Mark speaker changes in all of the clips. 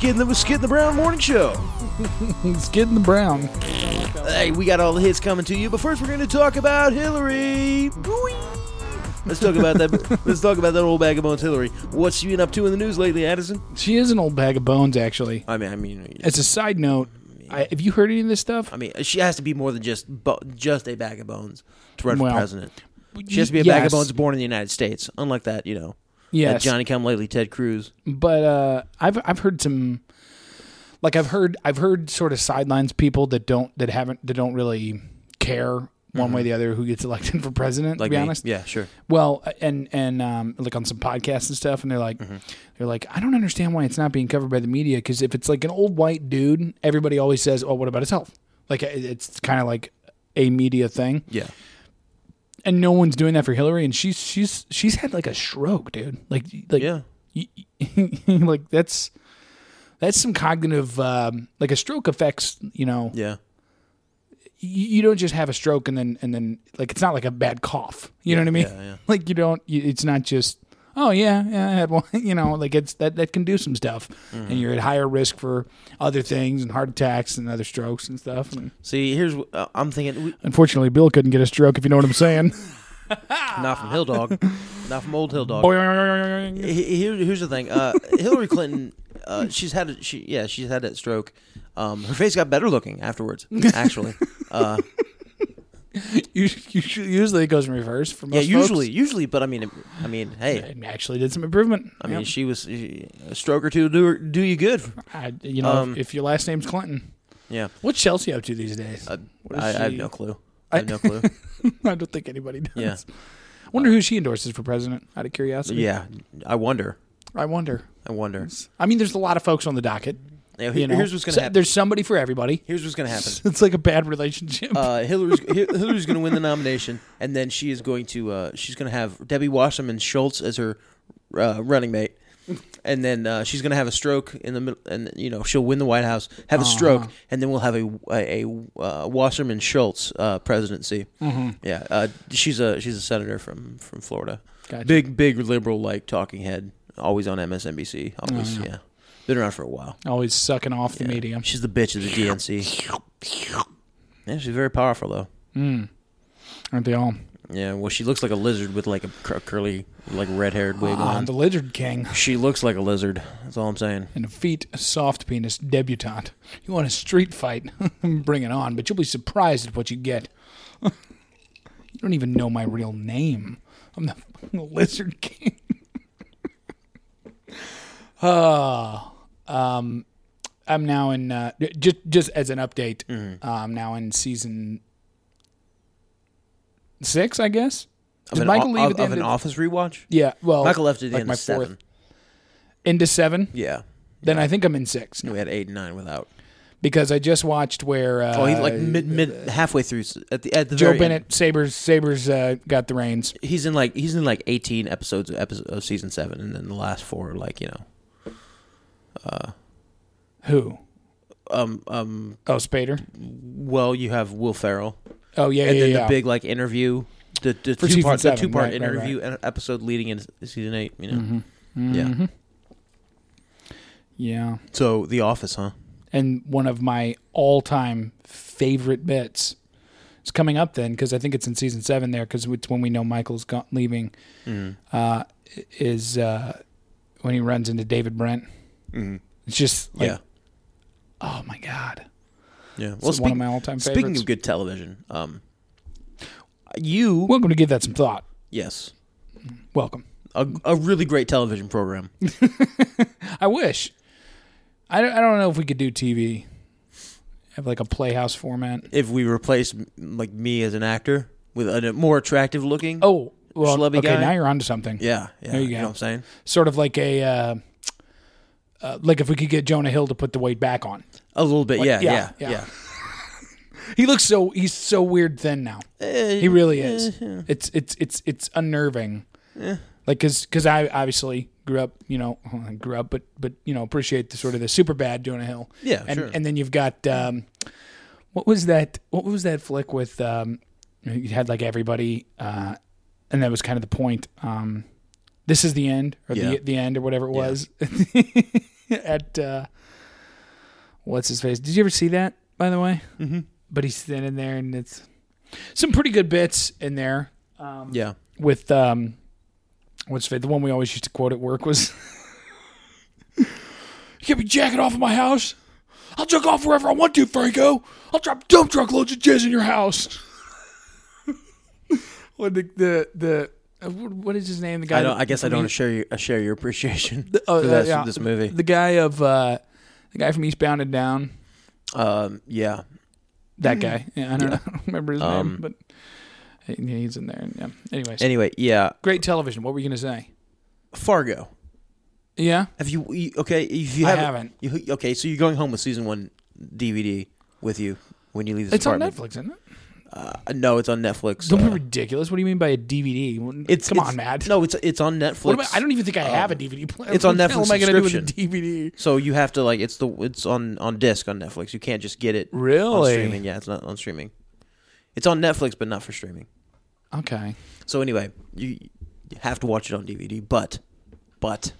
Speaker 1: Getting the Skid and the Brown Morning Show.
Speaker 2: Skid in the brown.
Speaker 1: Hey, we got all the hits coming to you, but first we're going to talk about Hillary. Boing. Let's talk about that. let's talk about that old bag of bones, Hillary. What's she been up to in the news lately, Addison?
Speaker 2: She is an old bag of bones, actually.
Speaker 1: I mean, I mean,
Speaker 2: As a side note, I, have you heard any of this stuff?
Speaker 1: I mean, she has to be more than just bo- just a bag of bones to run
Speaker 2: Well,
Speaker 1: for president. She has to be a bag of
Speaker 2: yes.
Speaker 1: bones born in the United States. Unlike that, you know, that
Speaker 2: Yes,
Speaker 1: Johnny Come Lately, Ted Cruz.
Speaker 2: but uh, I've I've heard some, like I've heard I've heard sort of sidelines people that don't that haven't that don't really care one way or the other who gets elected for president.
Speaker 1: Mm-hmm. Like
Speaker 2: to be
Speaker 1: me.
Speaker 2: honest,
Speaker 1: yeah, sure.
Speaker 2: Well, uh, and and um, like on some podcasts and stuff, and they're like, they're like, I don't understand why it's not being covered by the media because if it's like an old white dude, everybody always says, "Oh, what about his health?" Like it- it's kind of like a media thing,
Speaker 1: Yeah,
Speaker 2: and no one's doing that for Hillary, and she's she's she's had like a stroke, dude. Like like
Speaker 1: yeah.
Speaker 2: like that's that's some cognitive um, like a stroke affects you know
Speaker 1: Yeah.
Speaker 2: you, you don't just have a stroke and then and then like it's not like a bad cough. You know what I mean?
Speaker 1: yeah, yeah.
Speaker 2: Like you don't. You, it's not just oh yeah yeah I had one. You know like it's that that can do some stuff,
Speaker 1: Mm-hmm.
Speaker 2: and you're at higher risk for other things and heart attacks and other strokes and stuff. And
Speaker 1: See, here's wh- uh, I'm thinking we,
Speaker 2: unfortunately, Bill couldn't get a stroke if you know what I'm saying.
Speaker 1: not from Hill Dog, not from old Hill Dog.
Speaker 2: Boing.
Speaker 1: He- Here, here's the thing. Uh, Hillary Clinton, uh, she's had a, she yeah she's had that stroke. Um, her face got better looking afterwards. Actually, uh,
Speaker 2: You- you should- usually it goes in reverse for most.
Speaker 1: yeah,
Speaker 2: folks.
Speaker 1: usually usually, but I mean, I mean, hey,
Speaker 2: It actually did some improvement.
Speaker 1: I mean,
Speaker 2: Yep.
Speaker 1: she was she- a stroke or two do her- do you good.
Speaker 2: I, you know,
Speaker 1: um,
Speaker 2: if, if your last name's Clinton,
Speaker 1: Yeah,
Speaker 2: what's Chelsea up to these days?
Speaker 1: uh,
Speaker 2: What is
Speaker 1: I, I have
Speaker 2: she-
Speaker 1: no clue. I have no clue.
Speaker 2: I don't think anybody does.
Speaker 1: Yeah.
Speaker 2: Wonder who she endorses for president. Out of curiosity.
Speaker 1: yeah, I wonder.
Speaker 2: I wonder.
Speaker 1: I wonder.
Speaker 2: I mean, there's a lot of folks on the docket.
Speaker 1: Yeah,
Speaker 2: You know,
Speaker 1: here's what's gonna
Speaker 2: So
Speaker 1: happen.
Speaker 2: There's somebody for everybody.
Speaker 1: Here's what's gonna happen.
Speaker 2: It's like a bad relationship.
Speaker 1: uh, Hillary's Hillary's going to win the nomination, and then she is going to uh, she's going to have Debbie Wasserman Schultz as her uh, running mate, and then uh, she's going to have a stroke in the middle, and you know she'll win the White House, have a stroke, and then we'll have a a, a, uh, Wasserman Schultz uh, presidency. Yeah, uh, she's a she's a senator from from Florida,
Speaker 2: Gotcha.
Speaker 1: big big liberal like talking head, always on MSNBC, always yeah, been around for a while.
Speaker 2: Always sucking off the media.
Speaker 1: She's the bitch of the DNC. Yeah, she's very powerful though.
Speaker 2: Hmm. Aren't they all?
Speaker 1: Yeah, well, she looks like a lizard with like a cur- curly, like red-haired wig
Speaker 2: Ah,
Speaker 1: on.
Speaker 2: the Lizard King
Speaker 1: She looks like a lizard. That's all I'm saying.
Speaker 2: and a feet soft penis debutante. You want a street fight? Bring it on, but you'll be surprised at what you get. you don't even know my real name. I'm the fucking Lizard King. Ah, um, I'm now in uh, just just as an update.
Speaker 1: Mm-hmm.
Speaker 2: uh, I'm now in season six, I guess.
Speaker 1: Of
Speaker 2: Did
Speaker 1: an,
Speaker 2: Michael
Speaker 1: o-
Speaker 2: leave
Speaker 1: of,
Speaker 2: at the
Speaker 1: of
Speaker 2: end
Speaker 1: an
Speaker 2: of-
Speaker 1: office rewatch?
Speaker 2: Yeah, well,
Speaker 1: Michael left at the
Speaker 2: like
Speaker 1: end
Speaker 2: my
Speaker 1: of seven.
Speaker 2: fourth. into seven.
Speaker 1: Yeah,
Speaker 2: Then I think I'm in six now
Speaker 1: we had eight and nine without.
Speaker 2: because I just watched where uh,
Speaker 1: Oh, he like mid mid halfway through s- at the at the
Speaker 2: Joe
Speaker 1: very
Speaker 2: Bennett Sabers Sabers uh, got the reins.
Speaker 1: End. He's in like he's in like 18 episodes of, episode, of season seven, and then the last four are like you know
Speaker 2: Who?
Speaker 1: um um
Speaker 2: Oh, Spader.
Speaker 1: well you have Will Ferrell
Speaker 2: Oh yeah,
Speaker 1: and
Speaker 2: yeah,
Speaker 1: then
Speaker 2: yeah.
Speaker 1: the big like interview the, the
Speaker 2: For
Speaker 1: two part
Speaker 2: season
Speaker 1: the
Speaker 2: seven,
Speaker 1: two part
Speaker 2: right, right, Mm-hmm. right.
Speaker 1: interview and episode leading into season eight you know yeah
Speaker 2: yeah.
Speaker 1: so The Office huh
Speaker 2: And one of my all-time favorite bits is coming up then because I think it's in season seven there because it's when we know Michael's gone, leaving. Uh, is uh, when he runs into David Brent.
Speaker 1: Mm-hmm.
Speaker 2: It's just like,
Speaker 1: yeah.
Speaker 2: oh my god.
Speaker 1: Yeah.
Speaker 2: Well, one of my all-time
Speaker 1: Speaking
Speaker 2: favorites.
Speaker 1: of good television, um, you
Speaker 2: Welcome to give that some thought.
Speaker 1: yes,
Speaker 2: Welcome.
Speaker 1: a, a really great television program.
Speaker 2: I wish. I don't, I don't know if we could do TV. Have like a playhouse format.
Speaker 1: if we replace m- like me as an actor with a more attractive looking,
Speaker 2: Oh, well,
Speaker 1: Schlubby
Speaker 2: okay.
Speaker 1: guy?
Speaker 2: Now you're onto something.
Speaker 1: yeah, yeah,
Speaker 2: There you
Speaker 1: you
Speaker 2: go.
Speaker 1: know what I'm saying?
Speaker 2: Sort of like a uh, uh, like if we could get Jonah Hill to put the weight back on.
Speaker 1: A little bit, yeah,
Speaker 2: yeah,
Speaker 1: yeah,
Speaker 2: yeah.
Speaker 1: yeah.
Speaker 2: He looks so he's so weird thin now.
Speaker 1: Eh,
Speaker 2: He really is.
Speaker 1: eh, yeah.
Speaker 2: It's it's it's it's unnerving. Like cuz cuz I obviously grew up, you know, I grew up but but you know, appreciate the sort of the super bad Jonah Hill.
Speaker 1: Yeah,
Speaker 2: And
Speaker 1: sure.
Speaker 2: and then you've got um what was that what was that flick with um you had like everybody uh and that was kind of the point um this is the end or
Speaker 1: Yeah.
Speaker 2: the the end or whatever it was at uh what's his face? Did you ever see that by the way? Mm-hmm. But he's standing there and it's some pretty good bits in there
Speaker 1: yeah.
Speaker 2: with um what's the one we always used to quote at work was you can't be jacking off in my house i'll jerk off wherever i want to franco i'll drop dump truck loads of jizz in your house what the the, the uh, what what is his name the guy
Speaker 1: I don't.
Speaker 2: that-
Speaker 1: I guess I
Speaker 2: from
Speaker 1: don't
Speaker 2: East-
Speaker 1: share your, I share your appreciation
Speaker 2: oh,
Speaker 1: for
Speaker 2: uh,
Speaker 1: this,
Speaker 2: yeah.
Speaker 1: this movie.
Speaker 2: the guy of uh the guy from eastbound and down
Speaker 1: Um, yeah,
Speaker 2: that guy yeah, i don't, know. I don't remember his
Speaker 1: Mm. Um,
Speaker 2: name but he- he's in there yeah anyways
Speaker 1: Anyway, yeah,
Speaker 2: great television what were you gonna say
Speaker 1: Fargo.
Speaker 2: yeah
Speaker 1: Have you you- okay? If you
Speaker 2: I
Speaker 1: haven't,
Speaker 2: haven't.
Speaker 1: You, okay, so you're going home with season one DVD with you when you leave this
Speaker 2: it's on
Speaker 1: apartment.
Speaker 2: netflix isn't it
Speaker 1: Uh, no, it's on Netflix.
Speaker 2: Don't
Speaker 1: uh,
Speaker 2: be ridiculous. What do you mean by a DVD? Well,
Speaker 1: it's
Speaker 2: come
Speaker 1: it's-
Speaker 2: on, Matt.
Speaker 1: No, it's it's on Netflix. um,
Speaker 2: What am I- I don't e- even think I have a DVD player.
Speaker 1: it's on
Speaker 2: What the hell
Speaker 1: Netflix
Speaker 2: am I gonna do
Speaker 1: subscription.
Speaker 2: with a DVD?
Speaker 1: So you have to like it's the it's on on disc on Netflix. You can't just get it on
Speaker 2: Really?
Speaker 1: streaming. Yeah, it's not on streaming. It's on Netflix, but not for streaming.
Speaker 2: Okay.
Speaker 1: So anyway, you, you have to watch it on DVD. But but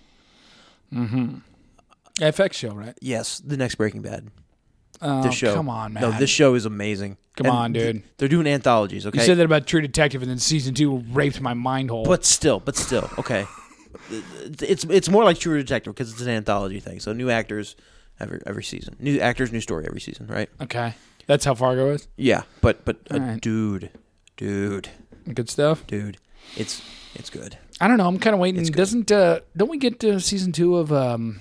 Speaker 2: FX show, right?
Speaker 1: yes, the next Breaking Bad.
Speaker 2: Oh,
Speaker 1: This show,
Speaker 2: Come on, Matt.
Speaker 1: No, this show is amazing.
Speaker 2: Come on,
Speaker 1: th-
Speaker 2: dude.
Speaker 1: they're doing anthologies. Okay,
Speaker 2: you said that about True Detective, and then season two raped my mind hole.
Speaker 1: But still, but still, okay. it's it's more like True Detective because it's an anthology thing. So new actors every every season, new actors, new story every season, right?
Speaker 2: okay, that's how Fargo is.
Speaker 1: Yeah, but but uh,
Speaker 2: Alright.
Speaker 1: dude, dude,
Speaker 2: Good stuff.
Speaker 1: dude, it's it's good.
Speaker 2: I don't know. I'm kind of waiting.
Speaker 1: It's good.
Speaker 2: Doesn't uh, don't we get to season two of um,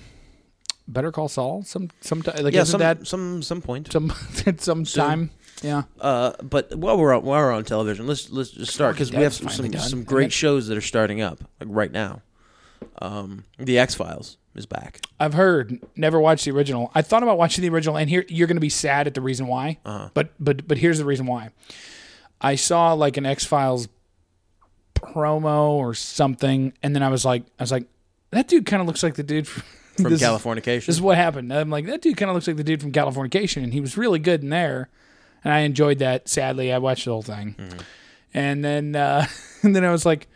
Speaker 2: Better Call Saul? Some some like
Speaker 1: yeah,
Speaker 2: isn't
Speaker 1: some
Speaker 2: that
Speaker 1: some some point.
Speaker 2: some at some time? Yeah.
Speaker 1: Uh, but while we're on, while we're on television, let's let's just start because we
Speaker 2: Walking
Speaker 1: have
Speaker 2: Dead's
Speaker 1: some
Speaker 2: finally
Speaker 1: some,
Speaker 2: done.
Speaker 1: some
Speaker 2: Isn't
Speaker 1: great
Speaker 2: it?
Speaker 1: shows that are starting up like right now. Um, the X Files is back.
Speaker 2: I've heard. Never watched the original. I thought about watching the original, and here you're going to be sad at the reason why. But but but here's the reason why. I saw like an X Files promo or something, and then I was like, I was like, that dude kind of looks like the dude from,
Speaker 1: From
Speaker 2: this-
Speaker 1: Californication,
Speaker 2: This is what happened. I'm like, that dude kind of looks like the dude from Californication, and he was really good in there, and I enjoyed that. Sadly, I watched the whole thing,
Speaker 1: Mm-hmm.
Speaker 2: and then uh, and then I was like,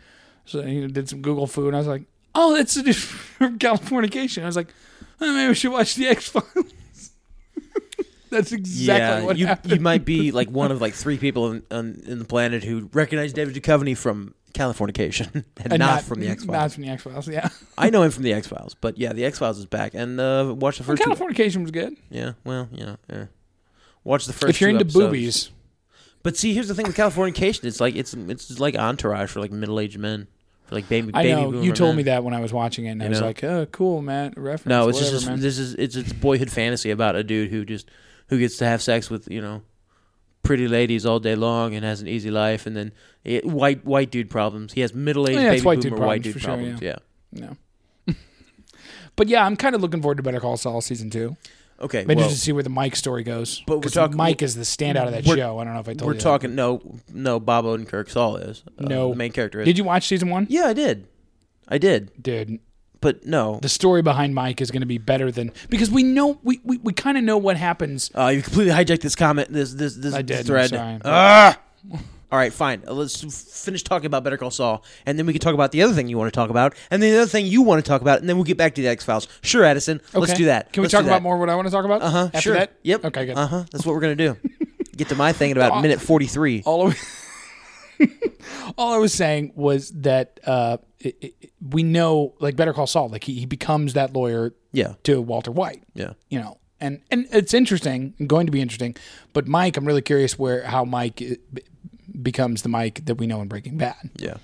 Speaker 2: so I did some Google food, and I was like, oh, that's the dude from Californication. I was like, oh, maybe we should watch the X Files. that's exactly
Speaker 1: yeah,
Speaker 2: what
Speaker 1: you
Speaker 2: happened.
Speaker 1: you might be like one of like three people on, on, in the planet who recognize David Duchovny from Californication and,
Speaker 2: And
Speaker 1: not, from the X
Speaker 2: Uh, Not
Speaker 1: Files.
Speaker 2: from the X Files. Yeah,
Speaker 1: I know him from the X Files, but yeah, the X Files is back and uh, watch the first. two-
Speaker 2: Californication was good.
Speaker 1: yeah, well, you know, yeah. Watch the first.
Speaker 2: If you're
Speaker 1: two
Speaker 2: into
Speaker 1: episodes.
Speaker 2: boobies,
Speaker 1: but see, here's the thing with Californication, it's like it's it's like entourage for like middle aged men, for like baby.
Speaker 2: I
Speaker 1: baby
Speaker 2: know you
Speaker 1: boomer
Speaker 2: told
Speaker 1: men.
Speaker 2: me that when I was watching it, and I
Speaker 1: You
Speaker 2: was
Speaker 1: know?
Speaker 2: like, oh, cool, Matt. Reference.
Speaker 1: No, it's
Speaker 2: whatever,
Speaker 1: just
Speaker 2: man.
Speaker 1: this is it's it's boyhood fantasy about a dude who just who gets to have sex with you know pretty ladies all day long and has an easy life, and then it, white white dude problems. He has middle aged
Speaker 2: Yeah, it's
Speaker 1: baby
Speaker 2: white dude
Speaker 1: boomer
Speaker 2: problems
Speaker 1: white dude
Speaker 2: for sure,
Speaker 1: problems.
Speaker 2: yeah.
Speaker 1: yeah.
Speaker 2: No. but yeah, I'm kind of looking forward to Better Call Saul season two.
Speaker 1: Okay.
Speaker 2: I'm interested
Speaker 1: Well,
Speaker 2: to see where the Mike story goes.
Speaker 1: But we're
Speaker 2: 'Cause
Speaker 1: talking-
Speaker 2: Mike is the standout of that
Speaker 1: we're-
Speaker 2: show. I don't know if I told
Speaker 1: we're
Speaker 2: you. that.
Speaker 1: talking no no Bob Odenkirk Saul is uh,
Speaker 2: No.
Speaker 1: the main character is.
Speaker 2: Did you watch season one?
Speaker 1: Yeah, I did. I did,
Speaker 2: Dude,
Speaker 1: but no.
Speaker 2: the story behind Mike is going to be better than because we know we we, we kind of know what happens.
Speaker 1: Uh, you completely hijacked this comment. This this this
Speaker 2: I did.
Speaker 1: thread.
Speaker 2: Sorry.
Speaker 1: Ah! All right, fine. Uh, Let's f- finish talking about Better Call Saul, and then we can talk about the other thing you want to talk about, and then the other thing you want to talk about, and then we'll get back to the X Files. Sure, Addison. Let's
Speaker 2: Okay.
Speaker 1: do that.
Speaker 2: Can we
Speaker 1: Let's
Speaker 2: talk
Speaker 1: do
Speaker 2: about
Speaker 1: that.
Speaker 2: more what I want to talk about? Uh
Speaker 1: Uh-huh,
Speaker 2: After
Speaker 1: sure.
Speaker 2: that.
Speaker 1: Yep.
Speaker 2: Okay. Good.
Speaker 1: Uh huh. That's what we're gonna do. get to my thing in about minute forty three.
Speaker 2: all of all I was saying was that uh, it, it, it- we know like Better Call Saul, like he, he becomes that lawyer
Speaker 1: Yeah.
Speaker 2: to Walter White.
Speaker 1: Yeah.
Speaker 2: you know, and and it's interesting, going to be interesting. But Mike, I'm really curious where how Mike i- be- becomes the Mike that we know in Breaking Bad.
Speaker 1: Yeah.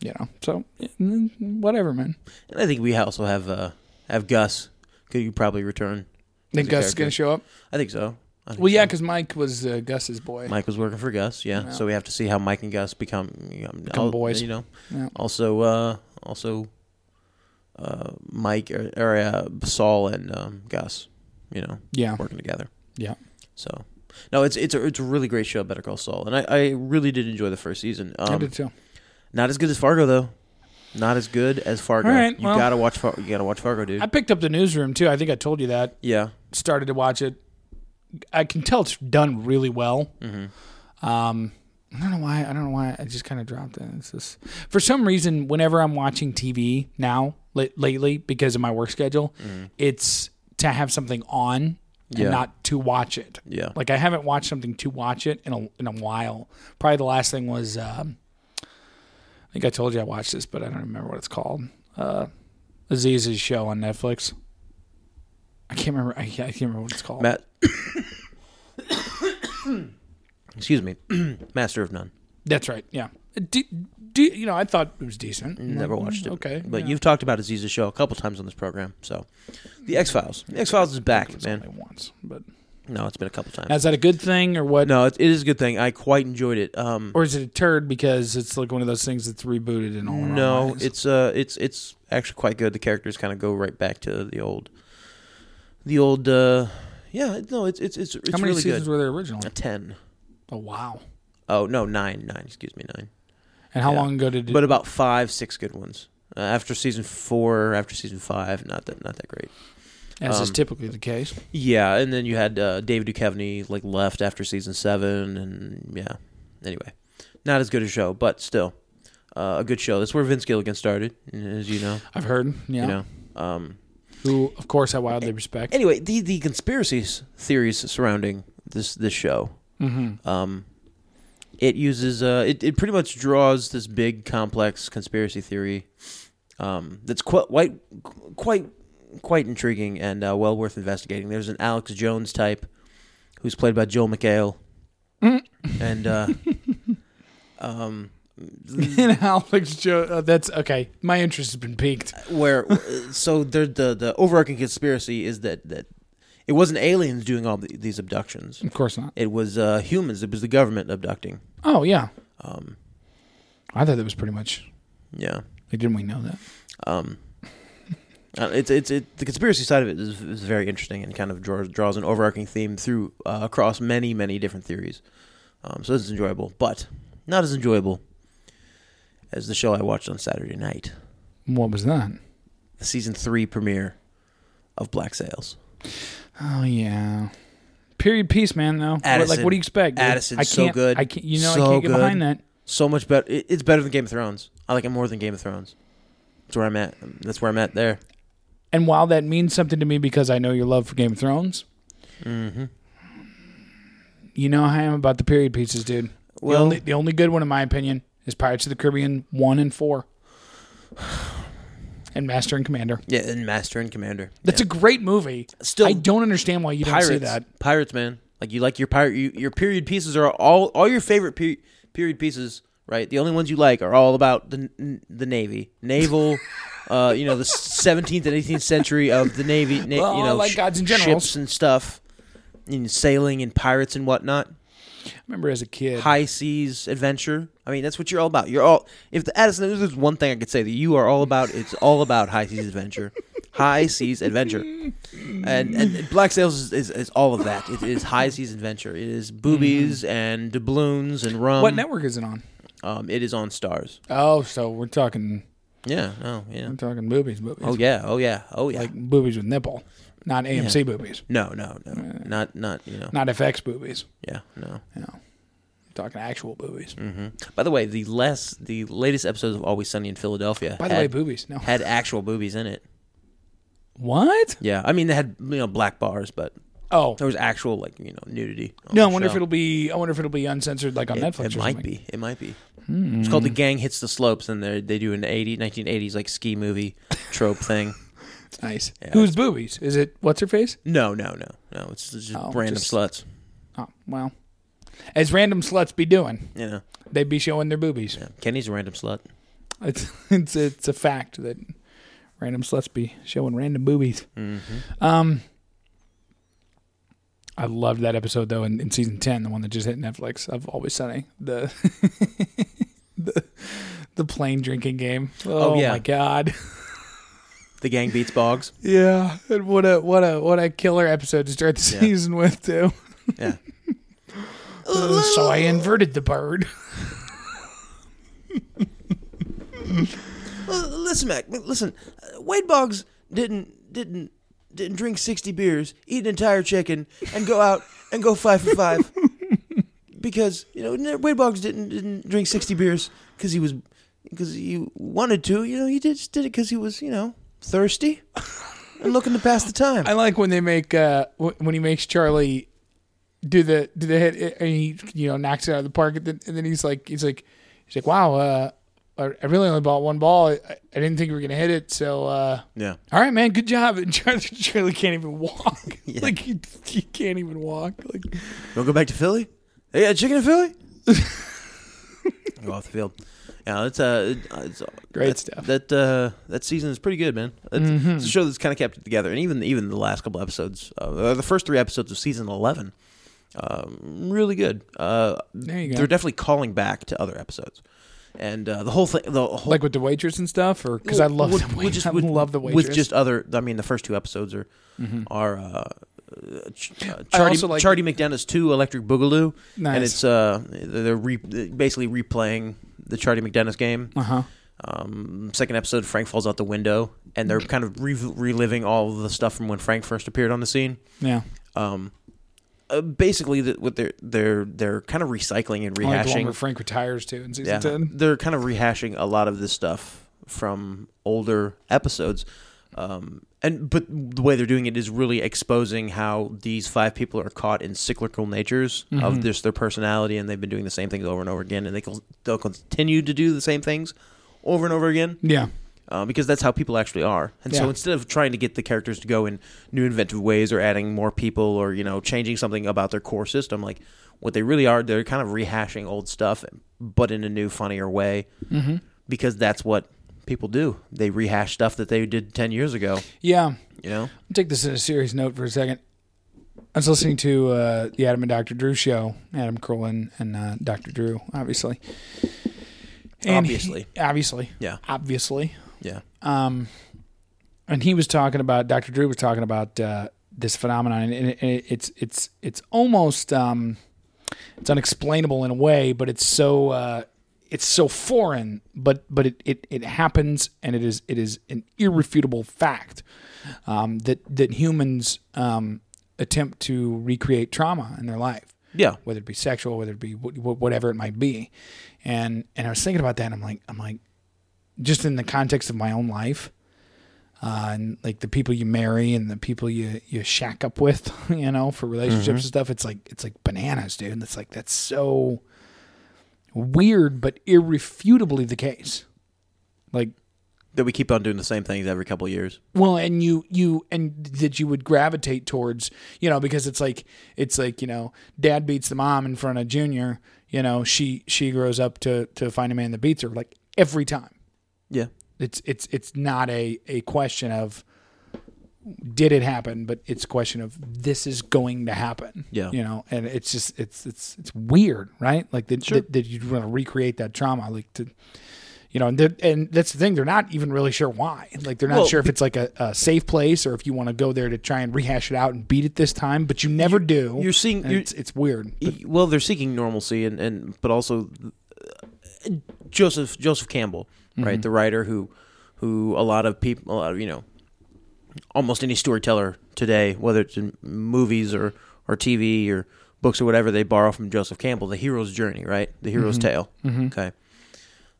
Speaker 2: You know, so mm, whatever, man.
Speaker 1: And I think we also have uh have Gus. Could you probably return?
Speaker 2: Then
Speaker 1: a
Speaker 2: Gus is
Speaker 1: character.
Speaker 2: going to show up.
Speaker 1: I think so. I think
Speaker 2: Well,
Speaker 1: so.
Speaker 2: yeah, because Mike was uh, Gus's boy.
Speaker 1: Mike was working for Gus, yeah. So we have to see how Mike and Gus become, you know, al-
Speaker 2: boys.
Speaker 1: You know,
Speaker 2: Yeah.
Speaker 1: also, uh, also, uh, Mike or, or uh, Saul and um, Gus, you know,
Speaker 2: Yeah.
Speaker 1: working together.
Speaker 2: Yeah.
Speaker 1: So, no, it's it's a, it's a really great show, Better Call Saul, and I, I really did enjoy the first season.
Speaker 2: I
Speaker 1: Um,
Speaker 2: did too.
Speaker 1: Not as good as Fargo though. Not as good as Fargo.
Speaker 2: All right,
Speaker 1: you
Speaker 2: well-
Speaker 1: gotta watch. Far- you gotta watch Fargo, dude.
Speaker 2: I picked up the newsroom too. I think I told you that.
Speaker 1: yeah.
Speaker 2: Started to watch it. I can tell it's done really well. Um, I don't know why. I don't know why. I just kind of dropped it. It's just for some reason. Whenever I'm watching TV now la- lately, because of my work schedule, it's to have something on
Speaker 1: Yeah.
Speaker 2: and not to watch it.
Speaker 1: Yeah.
Speaker 2: Like I haven't watched something to watch it in a in a while. Probably the last thing was. Um, I think I told you I watched this, but I don't remember what it's called. Uh, Aziz's show on Netflix. I can't remember. I, I can't remember what it's called.
Speaker 1: Matt. Excuse me, Master of None.
Speaker 2: That's right. Yeah. Do, do, you know? I thought it was decent.
Speaker 1: Mm, Never watched it.
Speaker 2: Mm, Okay.
Speaker 1: but
Speaker 2: yeah.
Speaker 1: you've talked about Aziz's show a couple times on this program. So, the X Files. The X Files is back,
Speaker 2: It's
Speaker 1: man.
Speaker 2: only once, but
Speaker 1: No, it's been a couple times.
Speaker 2: is that a good thing or what?
Speaker 1: no, it, it is a good thing. I quite enjoyed it. Um,
Speaker 2: Or is it a turd because it's like one of those things that's rebooted and all? the wrong
Speaker 1: no,
Speaker 2: ways?
Speaker 1: it's uh, it's it's actually quite good. The characters kind of go right back to the old, the old. Uh, yeah, no, it's it's it's it's
Speaker 2: how many
Speaker 1: really
Speaker 2: seasons
Speaker 1: good.
Speaker 2: were there originally?
Speaker 1: A ten.
Speaker 2: Oh wow!
Speaker 1: Oh no, nine, nine. Excuse me, nine.
Speaker 2: And how
Speaker 1: Yeah.
Speaker 2: long ago did it?
Speaker 1: But about five, six good ones. Uh, after season four, after season five, not that not that great.
Speaker 2: as is
Speaker 1: um,
Speaker 2: typically the case.
Speaker 1: Yeah, and then you had uh, David Duchovny like left after season seven, and yeah. Anyway, not as good a show, but still uh, a good show. That's where Vince Gilligan started, as you know.
Speaker 2: I've heard. Yeah.
Speaker 1: You know. Um,
Speaker 2: Who, of course, I wildly respect.
Speaker 1: anyway, the the conspiracies theories surrounding this this show. Mm-hmm. Um, it uses uh, it it pretty much draws this big complex conspiracy theory. Um, that's quite quite quite quite intriguing and uh, well worth investigating. There's an Alex Jones type who's played by Joel McHale, and uh, um,
Speaker 2: And Alex Joe. Uh, that's okay. My interest has been piqued.
Speaker 1: Uh, where so the the the overarching conspiracy is that that it wasn't aliens doing all the, these abductions.
Speaker 2: Of course not.
Speaker 1: It was uh, humans. It was the government abducting.
Speaker 2: Oh yeah.
Speaker 1: Um,
Speaker 2: I thought that was pretty much.
Speaker 1: yeah.
Speaker 2: Like, didn't we know that?
Speaker 1: Um, uh, it's it's it, the conspiracy side of it is, is very interesting and kind of draws draws an overarching theme through uh, across many many different theories. Um, so this is enjoyable, but not as enjoyable as the show I watched on Saturday night,
Speaker 2: What was that?
Speaker 1: the season three premiere of Black Sails.
Speaker 2: Oh yeah. Period piece, man. Though, What- like,
Speaker 1: Addison.
Speaker 2: what do you expect? dude?
Speaker 1: Addison's
Speaker 2: I
Speaker 1: so
Speaker 2: can't,
Speaker 1: good.
Speaker 2: I can't. You know,
Speaker 1: So
Speaker 2: I can't get
Speaker 1: good.
Speaker 2: behind that.
Speaker 1: So much better. It, it's better than Game of Thrones. I like it more than Game of Thrones. That's where I'm at. That's where I'm at there.
Speaker 2: And while that means something to me because I know your love for Game of Thrones, Mm-hmm. you know how I am about the period pieces, dude.
Speaker 1: Well-
Speaker 2: the only, the only good one, in my opinion, is Pirates of the Caribbean 1 and 4 and Master and Commander.
Speaker 1: Yeah, and Master and Commander.
Speaker 2: That's a great movie.
Speaker 1: Still-
Speaker 2: I don't understand why you
Speaker 1: pirates,
Speaker 2: don't see that.
Speaker 1: pirates, man. Like you like your pirate, you, your period pieces are all all your favorite pe- period pieces, right? The only ones you like are all about the n- the navy, naval, uh, you know, the seventeenth and eighteenth century of the navy, na-
Speaker 2: Well,
Speaker 1: you
Speaker 2: I
Speaker 1: know,
Speaker 2: like
Speaker 1: sh-
Speaker 2: gods and generals.
Speaker 1: ships and stuff, and sailing and pirates and whatnot,
Speaker 2: I remember as a kid.
Speaker 1: high seas adventure. I mean, that's what you're all about. You're all if the Addison, if there's one thing I could say that you are all about. It's all about high seas adventure. High seas adventure and, and Black Sails is, is, is all of that. It is high seas adventure. It is boobies and doubloons and rum.
Speaker 2: Mm-hmm. what network is it on?
Speaker 1: Um, it is on Stars.
Speaker 2: Oh, so we're talking
Speaker 1: Yeah. Oh yeah.
Speaker 2: we're talking boobies, boobies.
Speaker 1: Oh yeah. Oh yeah. Oh yeah.
Speaker 2: Like boobies with nipple, not AMC boobies,
Speaker 1: no, no, no. Not not you know.
Speaker 2: not FX boobies.
Speaker 1: yeah. No.
Speaker 2: You know, I'm talking actual Mm, boobies.
Speaker 1: By the way, the less the latest episodes of Always Sunny in Philadelphia.
Speaker 2: By the
Speaker 1: had-
Speaker 2: way, boobies. No.
Speaker 1: had actual boobies in it.
Speaker 2: What?
Speaker 1: Yeah. I mean, they had you know black bars, but
Speaker 2: Oh
Speaker 1: there was actual like you know nudity. on
Speaker 2: no! I
Speaker 1: the
Speaker 2: wonder if
Speaker 1: show.
Speaker 2: it'll be. I wonder if it'll be uncensored like on
Speaker 1: It,
Speaker 2: Netflix.
Speaker 1: it
Speaker 2: or
Speaker 1: might
Speaker 2: something. Hmm.
Speaker 1: be. It might be. It's called The Gang Hits the Slopes, and they they do an 80, 1980s like ski movie trope thing.
Speaker 2: nice. Who's boobies? Is it what's her face?
Speaker 1: No, no, no, no. It's just
Speaker 2: Oh,
Speaker 1: random
Speaker 2: just-
Speaker 1: sluts.
Speaker 2: Oh well, as random sluts be doing,
Speaker 1: You know,
Speaker 2: they be showing their boobies.
Speaker 1: Kenny's a random slut.
Speaker 2: It's it's it's a fact that random sluts be showing random boobies. Um, I loved that episode though in, in season ten, the one that just hit Netflix of Always Sunny. The the the plain drinking game. Oh,
Speaker 1: yeah.
Speaker 2: my god.
Speaker 1: The gang beats Boggs.
Speaker 2: Yeah, and what a what a what a killer episode to start the
Speaker 1: Yeah.
Speaker 2: season with too.
Speaker 1: Yeah.
Speaker 2: Uh, so I inverted the bird.
Speaker 1: L- listen, Mac. l- Listen, Uh, Wade Boggs didn't didn't didn't drink sixty beers, eat an entire chicken, and go out and go five for five because you know n- Wade Boggs didn't didn't drink sixty beers because he was because he wanted to. You know, he did, just did it because he was you know thirsty and looking to pass the time.
Speaker 2: I like when they make uh wh- when he makes Charlie do the do the hit and he you know knocks it out of the park and then, and then he's like he's like he's like wow uh I I really only bought one ball. I, I didn't think we were gonna hit it. So uh
Speaker 1: yeah.
Speaker 2: all right, man, good job. And Charlie, Charlie can't even walk. Like he, he can't even walk. Like
Speaker 1: Don't go back to Philly. They got chicken in Philly. go off the field. Yeah, that's uh, it's,
Speaker 2: Great
Speaker 1: that-
Speaker 2: stuff. Mm-hmm.
Speaker 1: That uh, that season is pretty good, man. It's, it's a show that's kind of kept it together, and even even the last couple episodes, uh, uh, the first three episodes of season eleven, um, really good. Uh,
Speaker 2: There you go.
Speaker 1: They're definitely calling back to other episodes, and uh, the whole thing, the whole
Speaker 2: like with the waitress and stuff, or because I love
Speaker 1: with-
Speaker 2: the
Speaker 1: with
Speaker 2: waitress.
Speaker 1: just-
Speaker 2: I
Speaker 1: with-
Speaker 2: love the
Speaker 1: with
Speaker 2: waitress. Mm-hmm.
Speaker 1: just other. I mean, the first two episodes are are. Uh, uh, Ch- uh, Charlie,
Speaker 2: also like-
Speaker 1: Charlie McDonough's two Electric Boogaloo, and
Speaker 2: Nice.
Speaker 1: it's uh they're re- basically replaying the Charlie McDonough's game.
Speaker 2: uh huh.
Speaker 1: Um, second episode, Frank falls out the window, and they're kind of re- reliving all of the stuff from when Frank first appeared on the scene.
Speaker 2: Yeah.
Speaker 1: Um, uh, basically, the, what they're they're they're kind of recycling and
Speaker 2: I Like the one where
Speaker 1: rehashing.
Speaker 2: Frank retires too in season
Speaker 1: Yeah,
Speaker 2: ten.
Speaker 1: they're kind of rehashing a lot of this stuff from older episodes. Um, and but the way they're doing it is really exposing how these five people are caught in cyclical natures of just their personality, and they've been doing the same things over and over again, and they can, they'll continue to do the same things over and over again
Speaker 2: Yeah.
Speaker 1: uh, because that's how people actually are. And so
Speaker 2: Yeah.
Speaker 1: instead of trying to get the characters to go in new inventive ways or adding more people or you know changing something about their core system, like what they really are, they're kind of rehashing old stuff but in a new, funnier way
Speaker 2: Mm-hmm.
Speaker 1: because that's what people do. They rehash stuff that they did ten years ago.
Speaker 2: Yeah.
Speaker 1: You know,
Speaker 2: I'll take this in a serious note for a second. I was listening to uh, the Adam and Dr. Drew show, Adam Curlin and uh, Dr. Drew, obviously. And he-
Speaker 1: Obviously.
Speaker 2: obviously.
Speaker 1: Yeah.
Speaker 2: Obviously.
Speaker 1: yeah,
Speaker 2: Um, and he was talking about Dr. Drew was talking about uh, this phenomenon, and it, it, it's it's it's almost um, it's unexplainable in a way, but it's so uh, it's so foreign, but but it, it it happens, and it is it is an irrefutable fact um, that that humans um, attempt to recreate trauma in their life
Speaker 1: yeah.
Speaker 2: whether it be sexual, whether it be wh- wh- whatever it might be. And and I was thinking about that. And I'm like, I'm like, just in the context of my own life, uh, and like the people you marry and the people you you shack up with, you know, for relationships and stuff. It's like it's like bananas, dude. And it's like that's so weird, but irrefutably the case. Like
Speaker 1: That we keep on doing the same things every couple of years.
Speaker 2: well, and you you and that you would gravitate towards, you know, because it's like it's like you know, dad beats the mom in front of junior. You know, she she grows up to to find a man that beats her like every time.
Speaker 1: Yeah,
Speaker 2: It's it's it's not a a question of did it happen, but it's a question of this is going to happen.
Speaker 1: Yeah.
Speaker 2: you know, and it's just it's it's it's weird, right? Like that that, that you want to recreate that trauma, like to. You know, and, that- and that's the thing. They're not even really sure why. Like, they're not
Speaker 1: Well,
Speaker 2: sure if it's like a, a safe place or if you want to go there to try and rehash it out and beat it this time, but you never do.
Speaker 1: you're seeing-
Speaker 2: And
Speaker 1: you're-
Speaker 2: it's, it's weird. But-
Speaker 1: Y- well, they're seeking normalcy, and, and but also uh, Joseph Joseph Campbell, right, the writer who who a lot of people, a lot of you know, almost any storyteller today, whether it's in movies or or TV or books or whatever, they borrow from Joseph Campbell, the hero's journey, right, the hero's tale. Okay.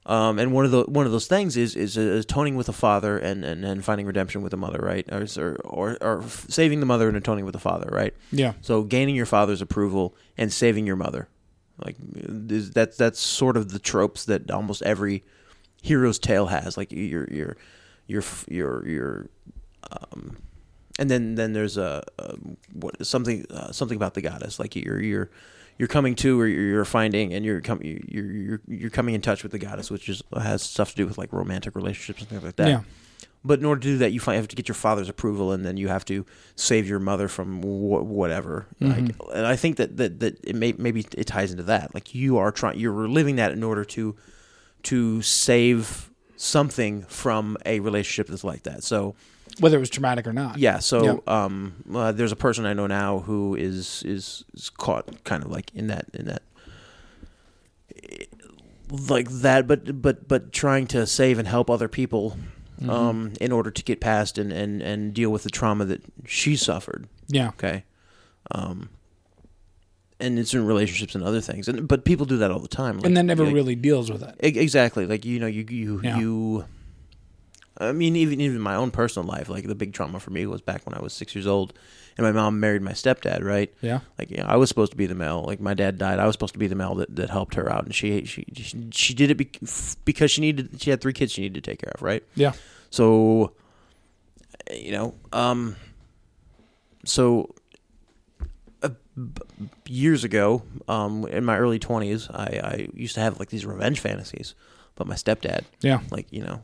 Speaker 1: Um, and one of the one of those things is is atoning with a father and, and, and finding redemption with a mother, right? Or, or or saving the mother and atoning with the father, right?
Speaker 2: yeah.
Speaker 1: So gaining your father's approval and saving your mother, like is- that's that's sort of the tropes that almost every hero's tale has. Like your your your f- your your, um, and then then there's a, a what something uh, something about the goddess. Like you're you're you're coming to or you're you're finding and you're coming you're you're you're coming in touch with the goddess, which is has stuff to do with like romantic relationships and things like that.
Speaker 2: Yeah.
Speaker 1: But in order to do that, you fi- have to get your father's approval, and then you have to save your mother from wh- whatever. Like, and I think that that, that it may, maybe it ties into that. Like you are trying, you're living that in order to to save something from a relationship that's like that. So
Speaker 2: whether it was traumatic or not.
Speaker 1: yeah, so um, uh, there's a person I know now who is, is is caught kind of like in that in that like that, but but but trying to save and help other people um, in order to get past and, and and deal with the trauma that she suffered.
Speaker 2: yeah,
Speaker 1: Okay, um, and it's in relationships and other things, and but people do that all the time. like-
Speaker 2: and then never
Speaker 1: like-
Speaker 2: really deals with it.
Speaker 1: E- Exactly. Like you know, you you
Speaker 2: Yeah.
Speaker 1: you. I mean, even even in my own personal life, like the big trauma for me was back when I was six years old, and my mom married my stepdad. Right.
Speaker 2: Yeah.
Speaker 1: Like you know, I was supposed to be the male. Like my dad died, I was supposed to be the male that, that helped her out, and she she she, she did it bec- f- because she needed she had three kids she needed to take care of. Right.
Speaker 2: Yeah,
Speaker 1: So, you know, um, so uh, b- years ago, um, in my early twenties, I, I used to have like these revenge fantasies, but my stepdad,
Speaker 2: yeah,
Speaker 1: like you know,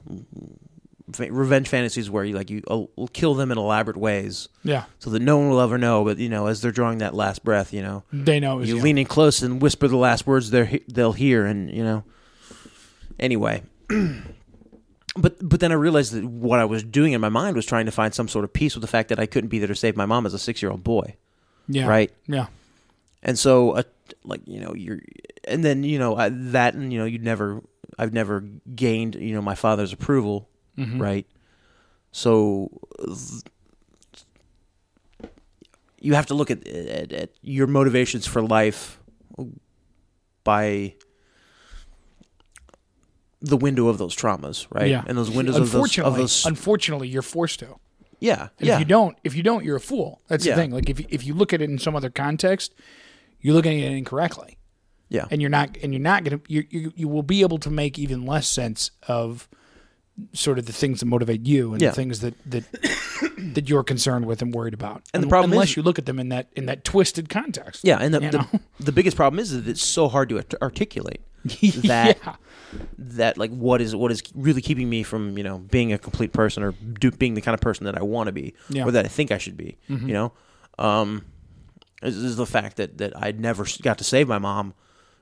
Speaker 1: fa- revenge fantasies where you like you uh, kill them in elaborate ways
Speaker 2: yeah.
Speaker 1: so that no one will ever know. But you know, as they're drawing that last breath, you know,
Speaker 2: They know it was
Speaker 1: you
Speaker 2: you.
Speaker 1: lean in close and whisper the last words they're, they'll hear, and you know. Anyway, but but then I realized that what I was doing in my mind was trying to find some sort of peace with the fact that I couldn't be there to save my mom as a six year old boy,
Speaker 2: yeah,
Speaker 1: right?
Speaker 2: Yeah,
Speaker 1: And so, uh, like you know, you're, and then you know I, that, and you know, you'd never, I've never gained, you know, my father's approval,
Speaker 2: Mm-hmm.
Speaker 1: right? So, th- you have to look at, at at your motivations for life by the window of those traumas, right?
Speaker 2: yeah.
Speaker 1: And those windows of those,
Speaker 2: unfortunately,
Speaker 1: of those,
Speaker 2: unfortunately, you're forced to.
Speaker 1: yeah,
Speaker 2: And
Speaker 1: yeah.
Speaker 2: If you don't, if you don't, you're a fool. That's
Speaker 1: Yeah.
Speaker 2: the thing. Like if you- if you look at it in some other context, you're looking at it incorrectly.
Speaker 1: Yeah.
Speaker 2: And you're not and you're not going to you, you you will be able to make even less sense of sort of the things that motivate you and
Speaker 1: Yeah.
Speaker 2: the things that that that you're concerned with and worried about.
Speaker 1: And the
Speaker 2: Un-
Speaker 1: problem
Speaker 2: unless
Speaker 1: is-
Speaker 2: you look at them in that in that twisted context.
Speaker 1: Yeah, and the,
Speaker 2: you
Speaker 1: the,
Speaker 2: know?
Speaker 1: the biggest problem is that it's so hard to art- articulate that
Speaker 2: Yeah.
Speaker 1: that like what is what is really keeping me from you know being a complete person or do, being the kind of person that I want to be
Speaker 2: Yeah. Mm-hmm.
Speaker 1: or that I think I should be. You know, um, is, is the fact that that I never s- got to save my mom.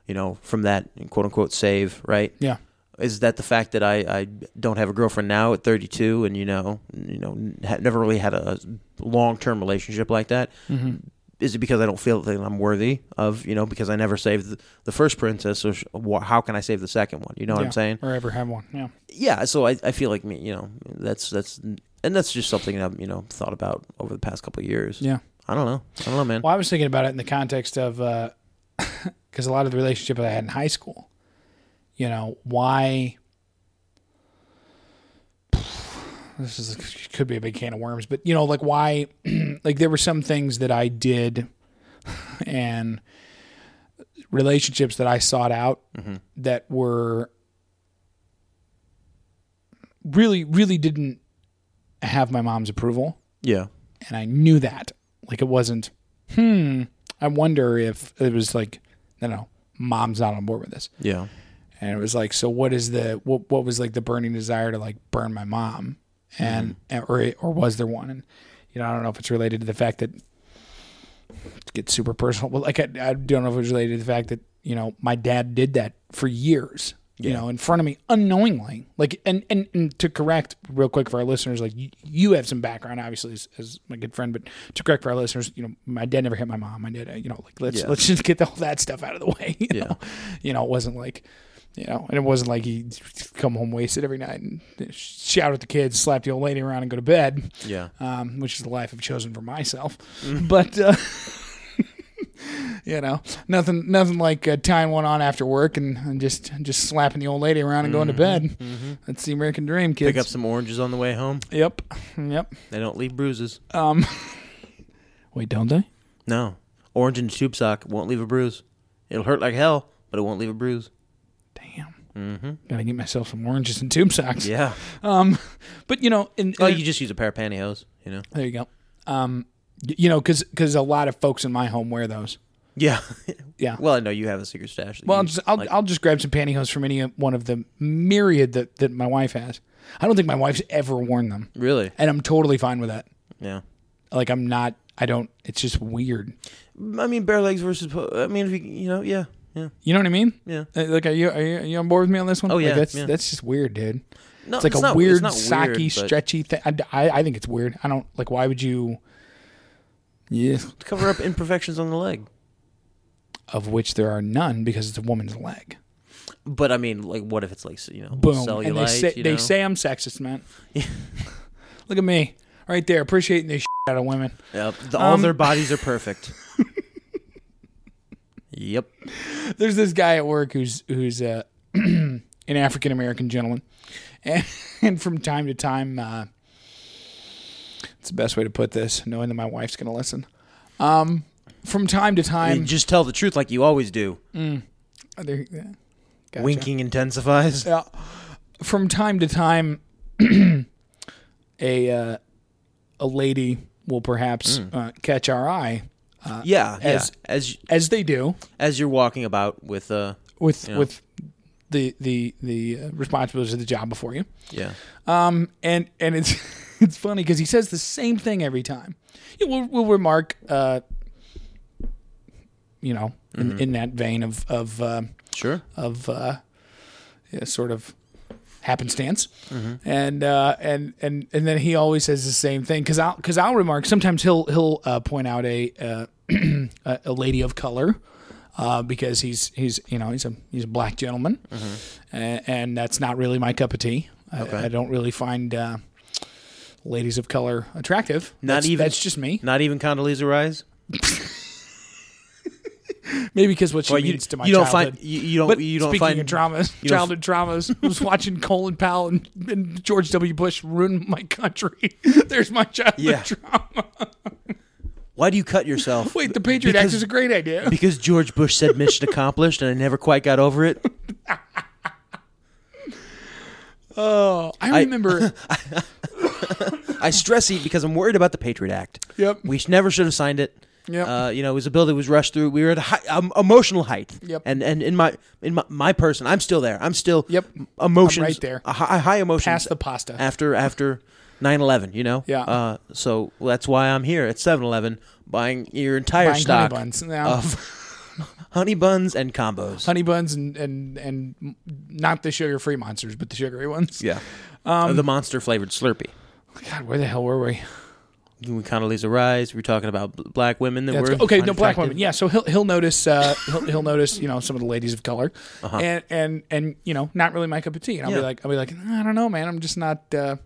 Speaker 1: You know, from that quote unquote save, right?
Speaker 2: Yeah.
Speaker 1: Is that the fact that I, I don't have a girlfriend now at 32 and you know you know n- ha- never really had a long term relationship like that?
Speaker 2: Mm-hmm.
Speaker 1: is it because I don't feel that I'm worthy of, you know, because I never saved the, the first princess? So sh- wh- how can I save the second one? You know what
Speaker 2: Yeah.
Speaker 1: I'm saying?
Speaker 2: Or ever have one. Yeah.
Speaker 1: Yeah. So I, I feel like me, you know, that's that's and that's just something I've you know thought about over the past couple of years.
Speaker 2: Yeah.
Speaker 1: I don't know. I don't know, man.
Speaker 2: Well, I was thinking about it in the context of because a lot of the relationship that I had in high school, you know, why this is could be a big can of worms, but you know, like why, like there were some things that I did and relationships that I sought out that were really, really didn't have my mom's approval
Speaker 1: Yeah.
Speaker 2: and I knew that. Like it wasn't. Hmm. I wonder if it was like, no, no, mom's not on board with this.
Speaker 1: Yeah.
Speaker 2: And it was like, so what is the what? What was like the burning desire to like burn my mom, and or or was there one? And you know, I don't know if it's related to the fact that to get super personal. Well, like I, I don't know if it was related to the fact that you know my dad did that for years. You know, in front of me unknowingly. Like, and, and and to correct real quick for our listeners, like you, you have some background, obviously, as, as my good friend. But to correct for our listeners, you know, my dad never hit my mom. My dad, uh, you know, like let's
Speaker 1: Yeah.
Speaker 2: let's just get all that stuff out of the way. You know? you know, it wasn't like you know, and it wasn't like he'd come home wasted every night and shout at the kids, slap the old lady around, and go to bed,
Speaker 1: Yeah.
Speaker 2: um, which is the life I've chosen for myself.
Speaker 1: Mm.
Speaker 2: But uh, you know, nothing, nothing like uh, tying one on after work and, and just just slapping the old lady around and going
Speaker 1: Mm-hmm.
Speaker 2: to bed. That's the American dream, kids.
Speaker 1: Pick up some oranges on the way home.
Speaker 2: Yep, yep.
Speaker 1: They don't leave bruises.
Speaker 2: Wait, don't they?
Speaker 1: no. Orange in a tube sock won't leave a bruise. It'll hurt like hell, but it won't leave a bruise.
Speaker 2: Damn. Mm-hmm. Gotta get myself some oranges and tube socks.
Speaker 1: Yeah.
Speaker 2: Um, but you know, in,
Speaker 1: Oh, you just use a pair of pantyhose, you know?
Speaker 2: there you go. Um, y- you know, because a lot of folks in my home wear those.
Speaker 1: Yeah.
Speaker 2: Yeah.
Speaker 1: Well, I know you have a secret stash. that
Speaker 2: Well, I'll
Speaker 1: you-
Speaker 2: just, I'll,
Speaker 1: Mm. like-
Speaker 2: I'll just grab some pantyhose from any uh, one of the myriad that, that my wife has. I don't think my wife's ever worn them,
Speaker 1: really?
Speaker 2: and I'm totally fine with that.
Speaker 1: Yeah.
Speaker 2: Like I'm not. I don't. It's just weird.
Speaker 1: I mean, bare legs versus. po- I mean, if you you know, yeah, yeah,
Speaker 2: You know what I mean?
Speaker 1: yeah.
Speaker 2: Uh, Like, are you are you, are you on board with me on this one?
Speaker 1: Oh,
Speaker 2: Like,
Speaker 1: yeah,
Speaker 2: that's
Speaker 1: yeah.
Speaker 2: that's just weird, dude.
Speaker 1: No,
Speaker 2: it's like
Speaker 1: it's
Speaker 2: a
Speaker 1: not-
Speaker 2: weird,
Speaker 1: it's not
Speaker 2: socky,
Speaker 1: weird, but-
Speaker 2: stretchy thing. I, I, I think it's weird. I don't like. Why would you? Yeah,
Speaker 1: To cover up imperfections on the leg.
Speaker 2: of which there are none because it's a woman's leg.
Speaker 1: But I mean, like, what if it's like you know,
Speaker 2: Boom.
Speaker 1: cellulite?
Speaker 2: and they say
Speaker 1: you
Speaker 2: they
Speaker 1: know?
Speaker 2: say I'm sexist, man. Look at me, right there, appreciating the shit out of women.
Speaker 1: Yep, the- all
Speaker 2: Um,
Speaker 1: their bodies are perfect. yep.
Speaker 2: there's this guy at work who's who's uh, an African American gentleman, and, and from time to time, uh, it's the best way to put this, knowing that my wife's gonna listen. Um, from time to
Speaker 1: I mean,
Speaker 2: time,
Speaker 1: just tell the truth like you always do.
Speaker 2: Oh, there- yeah. Gotcha.
Speaker 1: Winking intensifies.
Speaker 2: Yeah. From time to time, a uh, a lady will perhaps uh, catch our eye,
Speaker 1: yeah,
Speaker 2: as-
Speaker 1: as as
Speaker 2: as they do
Speaker 1: as you're walking about with uh
Speaker 2: with
Speaker 1: Yeah.
Speaker 2: with the the the uh, responsibilities of the job before you.
Speaker 1: yeah.
Speaker 2: Um, and and it's it's funny because he says the same thing every time. Yeah, we'll, we'll remark, uh, you know, in, in that vein of of uh,
Speaker 1: Sure.
Speaker 2: of uh, yeah, sort of happenstance,
Speaker 1: Mm-hmm.
Speaker 2: and uh, and and and then he always says the same thing because I'll because I'll remark. Sometimes he'll he'll uh, point out a uh, a a lady of color. Uh, because he's he's you know he's a he's a black gentleman,
Speaker 1: Mm-hmm.
Speaker 2: A- and, that's not really my cup of tea. I, I don't really find uh, ladies of color attractive.
Speaker 1: Not
Speaker 2: That's-
Speaker 1: even-
Speaker 2: that's just me.
Speaker 1: Not even Condoleezza Rice.
Speaker 2: Maybe because what she
Speaker 1: Well, you-
Speaker 2: means to my
Speaker 1: you don't
Speaker 2: childhood.
Speaker 1: find- you- you don't-
Speaker 2: But
Speaker 1: you don't
Speaker 2: speaking
Speaker 1: find-
Speaker 2: of traumas,
Speaker 1: you don't-
Speaker 2: childhood traumas. I was watching Colin Powell and, and George W. Bush ruin my country. There's my childhood
Speaker 1: Yeah.
Speaker 2: trauma.
Speaker 1: Why do you cut yourself?
Speaker 2: Wait, the Patriot Act
Speaker 1: Because-
Speaker 2: is a great idea.
Speaker 1: because George Bush said mission accomplished and I never quite got over it.
Speaker 2: Oh, I
Speaker 1: I-
Speaker 2: remember.
Speaker 1: I stress eat because I'm worried about the Patriot Act.
Speaker 2: yep.
Speaker 1: We sh- never should have signed it.
Speaker 2: Yep.
Speaker 1: Uh, you know, it was a bill that was rushed through. We were at a high, um, emotional height.
Speaker 2: Yep.
Speaker 1: And and in my in my, my person, I'm still there. I'm still
Speaker 2: Yep.
Speaker 1: emotions
Speaker 2: I'm right there.
Speaker 1: A high, high emotions
Speaker 2: Past the pasta.
Speaker 1: after after 9/11, you know.
Speaker 2: Yeah.
Speaker 1: Uh, so that's why I'm here at 7-Eleven buying your entire
Speaker 2: Buying honey
Speaker 1: stock
Speaker 2: buns. Yeah.
Speaker 1: of honey buns and combos.
Speaker 2: Honey buns and and and not the sugar-free monsters, but the sugary ones.
Speaker 1: yeah.
Speaker 2: Um,
Speaker 1: the monster flavored Slurpee.
Speaker 2: God, where the hell were we?
Speaker 1: We Condoleezza Rice. We were talking about bl- black women that
Speaker 2: That's
Speaker 1: were
Speaker 2: good. okay. No, black
Speaker 1: unattractive.
Speaker 2: women. Yeah, so he'll he'll notice uh, he'll, he'll notice you know some of the ladies of color, and and and you know not really my cup of tea. And I'll be
Speaker 1: Uh-huh. Yeah.
Speaker 2: like I'll be like I don't know, man. I'm just not uh,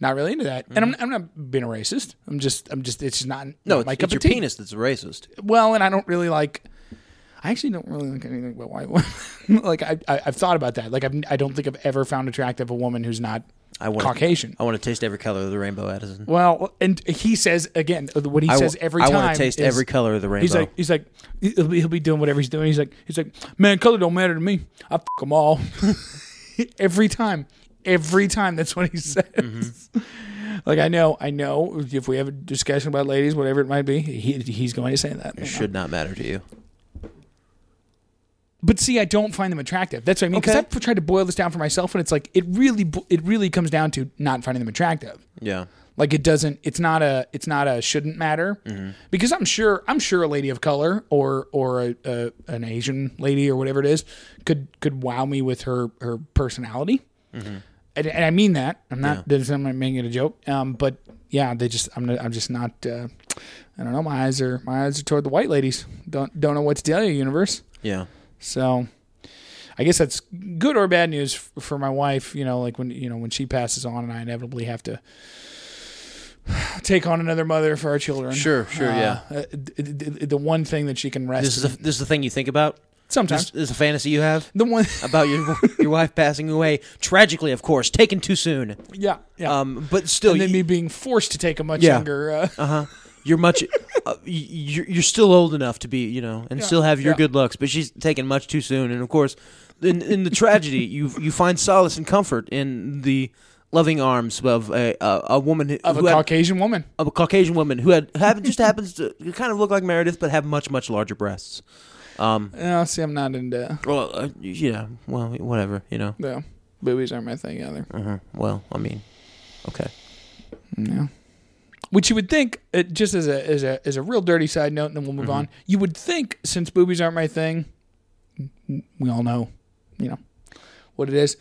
Speaker 2: not really into that. And I'm I'm not being a racist. I'm just I'm just it's just not
Speaker 1: Mm-hmm. No,
Speaker 2: not
Speaker 1: it's,
Speaker 2: my
Speaker 1: it's
Speaker 2: cup
Speaker 1: your
Speaker 2: of tea.
Speaker 1: penis that's racist.
Speaker 2: Well, and I don't really like. I actually don't really like anything but white women. like I, I I've thought about that. Like I've, I don't think I've ever found attractive a woman who's not
Speaker 1: I want
Speaker 2: Caucasian.
Speaker 1: I want to taste every color of the rainbow, Addison.
Speaker 2: Well, and he says again what he
Speaker 1: I
Speaker 2: says
Speaker 1: wa-
Speaker 2: every
Speaker 1: I
Speaker 2: time.
Speaker 1: wanna taste
Speaker 2: is-
Speaker 1: every color of the
Speaker 2: He's
Speaker 1: rainbow.
Speaker 2: like he's like he'll be, he'll be doing whatever he's doing. He's like he's like man, color don't matter to me. I f them all every time. Every time that's what he says. Like I know, I know. If we have a discussion about ladies, whatever it might be, he, he's going to say that.
Speaker 1: It should not matter to you.
Speaker 2: But see, I don't find them attractive. That's what I mean. Because
Speaker 1: Okay.
Speaker 2: I've tried to boil this down for myself, and it's like it really, bo- it really comes down to not finding them attractive.
Speaker 1: Yeah.
Speaker 2: Like it doesn't. It's not a. It's not a. Shouldn't matter. Because I'm sure. I'm sure a lady of color or or a, a an Asian lady or whatever it is could could wow me with her her personality. And, and I mean that. I'm not. That's, I'm not making it a joke. Um. But yeah, they just. I'm. Not, I'm just not. Uh, I don't know. My eyes are. My eyes are toward the white ladies. Don't don't know what to tell you, universe.
Speaker 1: Yeah.
Speaker 2: So I guess that's good or bad news f- for my wife, you know, like when you know when she passes on and I inevitably have to take on another mother for our children.
Speaker 1: Sure, sure, yeah.
Speaker 2: uh, d- d- d- the one thing that she can rest
Speaker 1: This is a,
Speaker 2: in-
Speaker 1: this is the thing you think about. This,
Speaker 2: sometimes.
Speaker 1: this is a fantasy you have
Speaker 2: the one
Speaker 1: about your your wife passing away tragically, of course, taken too soon.
Speaker 2: yeah, yeah.
Speaker 1: Um, but still,
Speaker 2: and then
Speaker 1: you-
Speaker 2: me being forced to take a much
Speaker 1: Yeah.
Speaker 2: younger uh,
Speaker 1: you're much uh, y- you're, you're still old enough to be you know and still have your
Speaker 2: yeah.
Speaker 1: good looks but she's taken much too soon and of course in, in the tragedy you you find solace and comfort in the loving arms of a a, a woman who,
Speaker 2: of a
Speaker 1: who had-
Speaker 2: Caucasian woman.
Speaker 1: of a Caucasian woman who had happen, just happens to kind of look like Meredith but have much much larger breasts um
Speaker 2: Yeah, see I'm not into
Speaker 1: well uh, yeah well whatever you know
Speaker 2: no. Boobies aren't my thing either.
Speaker 1: uh well I mean okay
Speaker 2: Yeah. Which you would think, uh, just as a as a as a real dirty side note, and then we'll
Speaker 1: Mm-hmm.
Speaker 2: move on. You would think, since boobies aren't my thing, we all know, you know, what it is.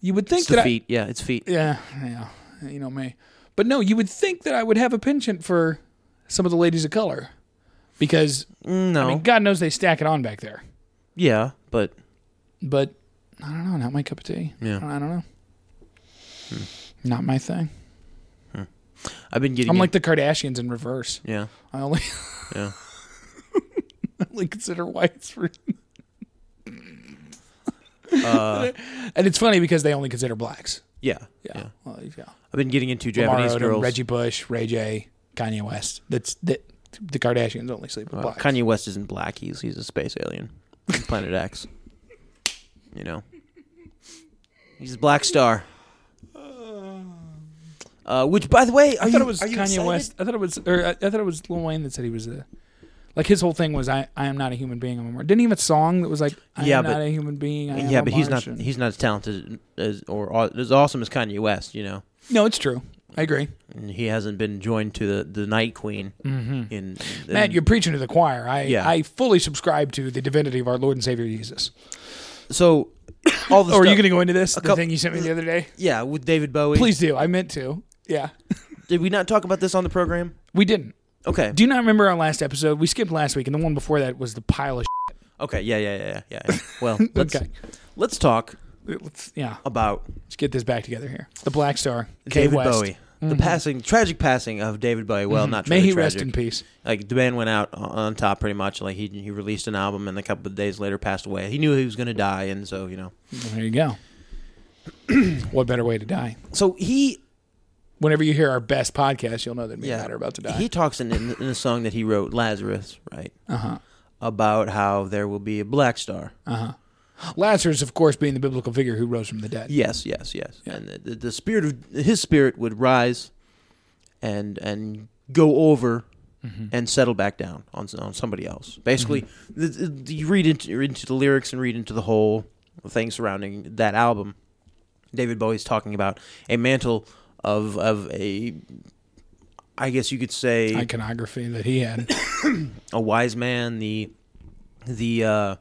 Speaker 2: You would think
Speaker 1: It's the
Speaker 2: that I-
Speaker 1: feet. yeah, it's feet.
Speaker 2: yeah, yeah, you know me. But no, you would think that I would have a penchant for some of the ladies of color, because
Speaker 1: Mm, No.
Speaker 2: I mean, God knows they stack it on back there.
Speaker 1: yeah, but
Speaker 2: But I don't know, not my cup of tea.
Speaker 1: Yeah. Hmm.
Speaker 2: I don't know. Not my thing.
Speaker 1: I've been getting.
Speaker 2: I'm
Speaker 1: in-
Speaker 2: like the Kardashians in reverse.
Speaker 1: yeah,
Speaker 2: I only
Speaker 1: yeah.
Speaker 2: only consider whites for. and it's funny because they only consider blacks.
Speaker 1: Uh, Yeah, yeah,
Speaker 2: Yeah, Well, yeah.
Speaker 1: I've been getting into
Speaker 2: Lamar
Speaker 1: Japanese
Speaker 2: Odom,
Speaker 1: girls.
Speaker 2: Reggie Bush, Ray J, Kanye West. That's that. The Kardashians only sleep with
Speaker 1: Uh,
Speaker 2: blacks.
Speaker 1: Kanye West isn't black. He's he's a space alien, from Planet X. You know, he's a black star. Uh, which, by the way, are
Speaker 2: I
Speaker 1: you,
Speaker 2: thought it was
Speaker 1: are you
Speaker 2: Kanye
Speaker 1: excited?
Speaker 2: West. I thought it was, or I, I thought it was Lil Wayne that said he was a. Like his whole thing was, I, I am not a human being. I'm a Martian. Didn't he have a song that was like, I
Speaker 1: Yeah,
Speaker 2: am
Speaker 1: but-
Speaker 2: not a human being. I am
Speaker 1: yeah,
Speaker 2: a
Speaker 1: but he's not
Speaker 2: Martian."
Speaker 1: he's not as talented as or aw- as awesome as Kanye West. You know,
Speaker 2: no, it's true. I agree.
Speaker 1: and he hasn't been joined to the the Night Queen. Mm-hmm. In, in
Speaker 2: Matt, you're preaching to the choir. I
Speaker 1: Yeah.
Speaker 2: I fully subscribe to the divinity of our Lord and Savior Jesus.
Speaker 1: so all the
Speaker 2: Oh, are
Speaker 1: stuff-
Speaker 2: you going to go into this? The
Speaker 1: coup-
Speaker 2: thing you sent me the other day.
Speaker 1: yeah with David Bowie.
Speaker 2: Please do. I meant to. Yeah,
Speaker 1: did we not talk about this on the program?
Speaker 2: we didn't.
Speaker 1: Okay.
Speaker 2: Do you not remember our last episode? We skipped last week, and the one before that was the pile of.
Speaker 1: okay. Yeah. Yeah. Yeah. Yeah. yeah. Well,
Speaker 2: shit.
Speaker 1: let's
Speaker 2: okay.
Speaker 1: let's talk
Speaker 2: Let's, yeah,
Speaker 1: about
Speaker 2: let's get this back together here. The Black Star, Kay
Speaker 1: David
Speaker 2: West. Mm-hmm.
Speaker 1: Bowie. The passing, tragic passing of David Bowie. Well, not
Speaker 2: May
Speaker 1: really
Speaker 2: he
Speaker 1: tragic.
Speaker 2: rest in peace.
Speaker 1: Like the band went out on- on top, pretty much. Like he he released an album, and a couple of days later passed away. He knew he was going to die, and so you know.
Speaker 2: Well, there you go. what better way to die?
Speaker 1: So he
Speaker 2: Whenever you hear our best podcast, you'll know that me
Speaker 1: yeah,
Speaker 2: and Matt are about to die.
Speaker 1: He talks in in, in a song that he wrote, Lazarus, right? Uh huh.
Speaker 2: Uh-huh.
Speaker 1: About how there will be a black star.
Speaker 2: Lazarus, of course, being the biblical figure who rose from the dead.
Speaker 1: Yes, yes, yes. And the, the, the spirit of his spirit would rise, and and go over, and settle back down on s- on somebody else. Basically, the, the- you read into you read into the lyrics and read into the whole thing surrounding that album. David Bowie's talking about a mantle of of a, I guess you could say
Speaker 2: Iconography that he had.
Speaker 1: a wise man, the the uh,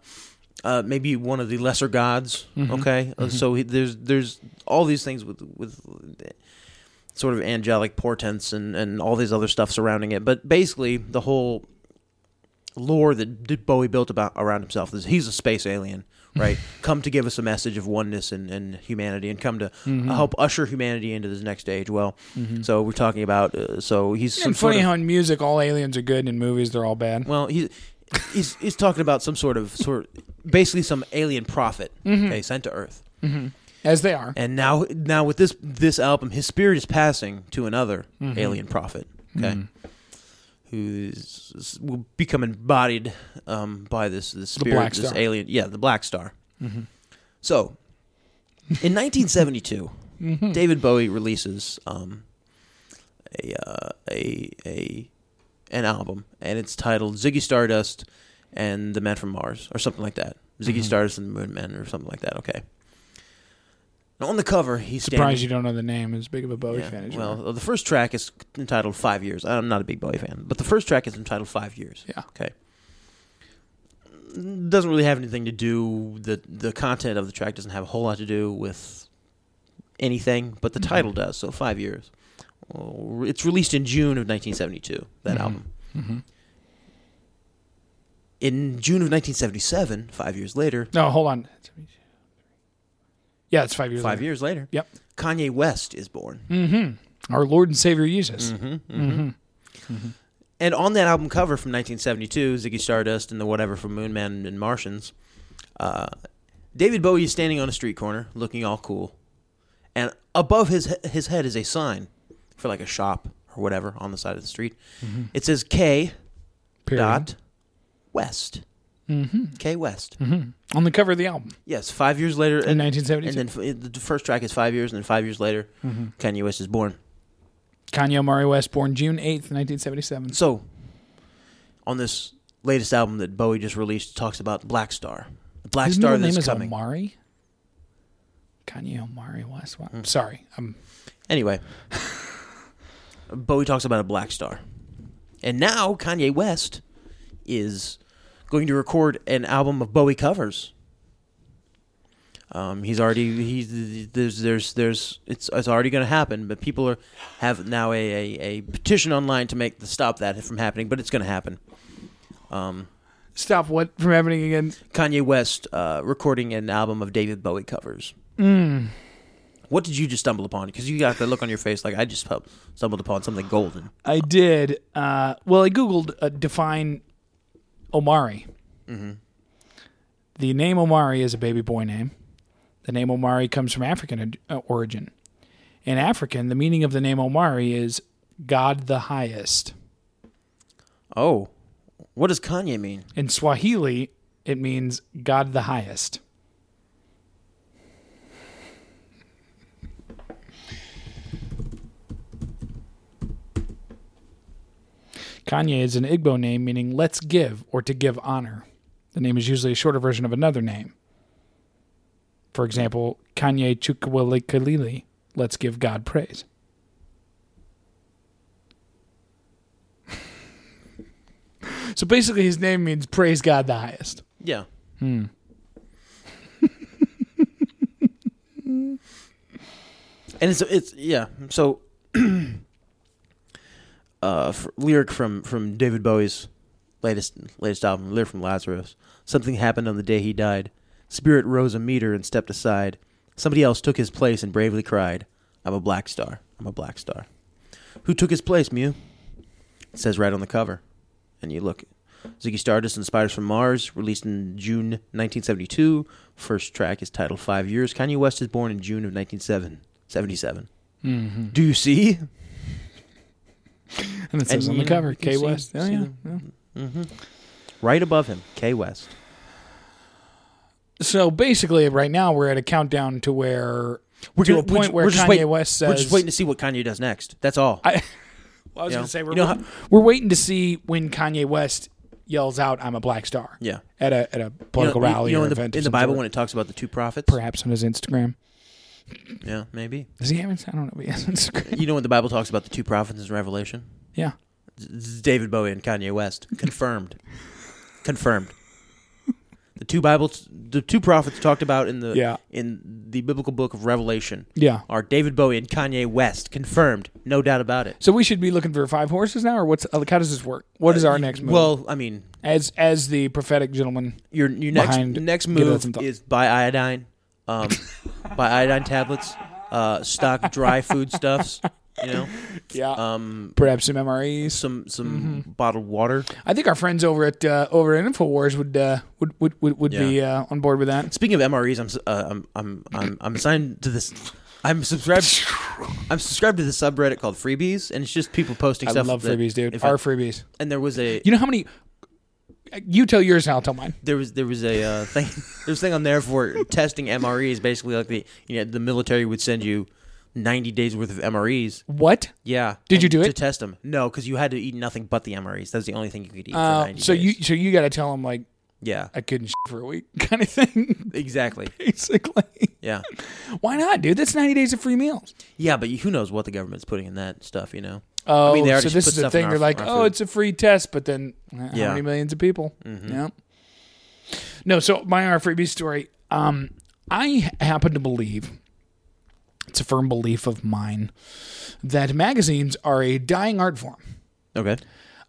Speaker 1: uh, maybe one of the lesser gods.
Speaker 2: Mm-hmm.
Speaker 1: Okay, Uh, so he, there's there's all these things with with sort of angelic portents and and all these other stuff surrounding it. But basically, the whole lore that D- Bowie built about around himself is he's a space alien. Right, come to give us a message of oneness and, and humanity, and come to
Speaker 2: Mm-hmm.
Speaker 1: help usher humanity into this next age. Well, so we're talking about. Uh, so he's some
Speaker 2: and
Speaker 1: sort
Speaker 2: funny
Speaker 1: of-
Speaker 2: how in music all aliens are good, and in movies they're all bad.
Speaker 1: well, he, he's he's talking about some sort of sort, basically some alien prophet,
Speaker 2: Mm-hmm.
Speaker 1: okay, sent to Earth.
Speaker 2: As they are.
Speaker 1: And now, now with this this album, his spirit is passing to another
Speaker 2: Mm-hmm.
Speaker 1: alien prophet, okay, who's will become embodied um, by this this spirit,
Speaker 2: Black
Speaker 1: this
Speaker 2: Star. Mm-hmm.
Speaker 1: alien, yeah, the Black Star. So, in 1972,
Speaker 2: Mm-hmm.
Speaker 1: David Bowie releases um, a, uh, a a an album, and it's titled Ziggy Stardust and the Man from Mars, or something like that. Ziggy Stardust and the Moon Men, or something like that. Okay. Now, on the cover, he's
Speaker 2: Surprised
Speaker 1: standing.
Speaker 2: you don't know the name. As big of a Bowie
Speaker 1: Yeah,
Speaker 2: fan as you are.
Speaker 1: well, the first track is entitled Five Years. I'm not a big Bowie fan, but the first track is entitled Five Years.
Speaker 2: Yeah.
Speaker 1: Okay. Doesn't really have anything to do. the The content of the track doesn't have a whole lot to do with anything, but the
Speaker 2: Mm-hmm.
Speaker 1: title does. So Five Years. Well, It's released in June of 1972. That
Speaker 2: Mm-hmm.
Speaker 1: album. In June of 1977, five years later,
Speaker 2: No, hold on. Yeah, it's five years.
Speaker 1: five
Speaker 2: later.
Speaker 1: years later,
Speaker 2: Yep.
Speaker 1: Kanye West is born.
Speaker 2: Mm-hmm.
Speaker 1: Mm-hmm,
Speaker 2: Our Lord and Savior Jesus. Mm-hmm.
Speaker 1: And on that album cover from 1972, Ziggy Stardust and the whatever from Moon Man and Martians, uh, David Bowie is standing on a street corner, looking all cool, and above his he- his head is a sign for like a shop or whatever on the side of the street. It says K
Speaker 2: Mm-hmm. Period. Mm-hmm.
Speaker 1: dot West. K West.
Speaker 2: On the cover of the album.
Speaker 1: Yes, five years later
Speaker 2: In Mm-hmm.
Speaker 1: and,
Speaker 2: 1972.
Speaker 1: and then f- the first track is five years, and then five years later, Kanye West is born.
Speaker 2: Kanye Omari West, born June 8th, 1977.
Speaker 1: So, on this latest album that Bowie just released, talks about Black Star, the Black
Speaker 2: His
Speaker 1: Star
Speaker 2: middle
Speaker 1: that's
Speaker 2: name is
Speaker 1: coming.
Speaker 2: Omari. Kanye Omari West.
Speaker 1: Mm.
Speaker 2: Wow. Sorry, I'm
Speaker 1: Anyway, Bowie talks about a Black Star, and now Kanye West is going to record an album of Bowie covers. Um, he's already he's there's there's there's it's it's already going to happen, but people are have now a, a, a petition online to make to stop that from happening, but it's going to happen. Um,
Speaker 2: Stop what from happening again?
Speaker 1: Kanye West uh, recording an album of David Bowie covers. What did you just stumble upon? Because you got that look on your face like I just pu- stumbled upon something golden.
Speaker 2: I did. Uh, well, I googled uh, define Omari. The name Omari is a baby boy name. The name Omari comes from African uh, origin. In African, the meaning of the name Omari is God the highest.
Speaker 1: Oh, what does Kanye mean?
Speaker 2: In Swahili, it means God the highest. Kanye is an Igbo name meaning let's give or to give honor. The name is usually a shorter version of another name. For example, Kanye Chukwulikalili, let's give God praise. So basically, his name means praise God the highest.
Speaker 1: Yeah. Hmm. and it's it's yeah. So, uh, f lyric from from David Bowie's latest latest album, lyric from Lazarus. Something happened on the day he died. Spirit rose a meter and stepped aside. Somebody else took his place and bravely cried, "I'm a black star. I'm a black star." Who took his place, Mew? It says right on the cover and you look. Ziggy Stardust and Spiders from Mars, released in June 1972. First track is titled Five Years. Kanye West is born in June of 1977. Do you see?
Speaker 2: And it
Speaker 1: And,
Speaker 2: says on the
Speaker 1: you know,
Speaker 2: cover,
Speaker 1: you
Speaker 2: K
Speaker 1: see-
Speaker 2: West. Oh,
Speaker 1: see
Speaker 2: yeah.
Speaker 1: them.
Speaker 2: yeah.
Speaker 1: Right above him, K West.
Speaker 2: So basically, right now we're at a countdown to where we're to
Speaker 1: gonna-
Speaker 2: a point
Speaker 1: ju-
Speaker 2: where
Speaker 1: just
Speaker 2: Kanye
Speaker 1: waiting-
Speaker 2: West says.
Speaker 1: We're just waiting to see what Kanye does next. That's all.
Speaker 2: I,
Speaker 1: You know?
Speaker 2: well, I was going to say we're,
Speaker 1: You know how-
Speaker 2: we're waiting to see when Kanye West yells out, "I'm a black star."
Speaker 1: Yeah.
Speaker 2: At a at
Speaker 1: You
Speaker 2: a
Speaker 1: know,
Speaker 2: political
Speaker 1: you-
Speaker 2: rally
Speaker 1: you know,
Speaker 2: or
Speaker 1: in the,
Speaker 2: event
Speaker 1: in the Bible when it talks about the two prophets.
Speaker 2: perhaps on his Instagram.
Speaker 1: Yeah, maybe.
Speaker 2: Does he have? Inst- I don't know. If he has Instagram.
Speaker 1: You know when the Bible talks about the two prophets in Revelation?
Speaker 2: yeah.
Speaker 1: This is David Bowie and Kanye West. Confirmed. Confirmed. The two Bibles, the two prophets talked about in the
Speaker 2: Yeah.
Speaker 1: in the biblical book of Revelation
Speaker 2: Yeah.
Speaker 1: are David Bowie and Kanye West. Confirmed, no doubt about it.
Speaker 2: So we should be looking for five horses now, or what's like? How does this work? What is our next move?
Speaker 1: Uh, Well, I mean,
Speaker 2: as as the prophetic gentleman,
Speaker 1: your your next
Speaker 2: Behind-
Speaker 1: next
Speaker 2: give that
Speaker 1: move
Speaker 2: some thought.
Speaker 1: is buy iodine, um, buy iodine tablets, uh, stock dry food stuffs. You know,
Speaker 2: yeah,
Speaker 1: um,
Speaker 2: perhaps some MREs.
Speaker 1: some some
Speaker 2: Mm-hmm.
Speaker 1: bottled water.
Speaker 2: I think our friends over at uh, over at Infowars would uh, would would would, would be uh, on board with that.
Speaker 1: Speaking of MREs, I'm s- uh, I'm I'm I'm I'm assigned to this. I'm subscribed. I'm subscribed to the subreddit called Freebies, and it's just people posting
Speaker 2: I
Speaker 1: stuff.
Speaker 2: love
Speaker 1: that-
Speaker 2: freebies, dude.
Speaker 1: if
Speaker 2: Our
Speaker 1: I-
Speaker 2: freebies.
Speaker 1: and there was a
Speaker 2: You know how many? You tell yours, and I'll tell mine.
Speaker 1: there was there was a uh, thing there was a thing on there for testing MREs. Basically, like the you know the military would send you ninety days worth of MREs.
Speaker 2: What?
Speaker 1: Yeah.
Speaker 2: Did you
Speaker 1: and
Speaker 2: do
Speaker 1: to
Speaker 2: it?
Speaker 1: test them? No, because you had to eat nothing but the MREs. That's the only thing you could eat for
Speaker 2: Uh,
Speaker 1: ninety
Speaker 2: so
Speaker 1: days.
Speaker 2: you so you got to tell them like
Speaker 1: yeah
Speaker 2: I couldn't shit for a week, kind of thing.
Speaker 1: exactly
Speaker 2: Basically,
Speaker 1: yeah
Speaker 2: why not, dude? That's ninety days of free meals.
Speaker 1: yeah but who knows what the government's putting in that stuff you know
Speaker 2: Oh,
Speaker 1: I mean, they already
Speaker 2: so this
Speaker 1: put
Speaker 2: is a
Speaker 1: stuff in
Speaker 2: thing.
Speaker 1: our-
Speaker 2: They're like,
Speaker 1: our
Speaker 2: oh,
Speaker 1: food.
Speaker 2: it's a free test, but then uh,
Speaker 1: Yeah. Mm-hmm.
Speaker 2: how many millions of people? Yeah. No, so my R freebie story. Um, I happen to believe it's a firm belief of mine that magazines are a dying art form.
Speaker 1: okay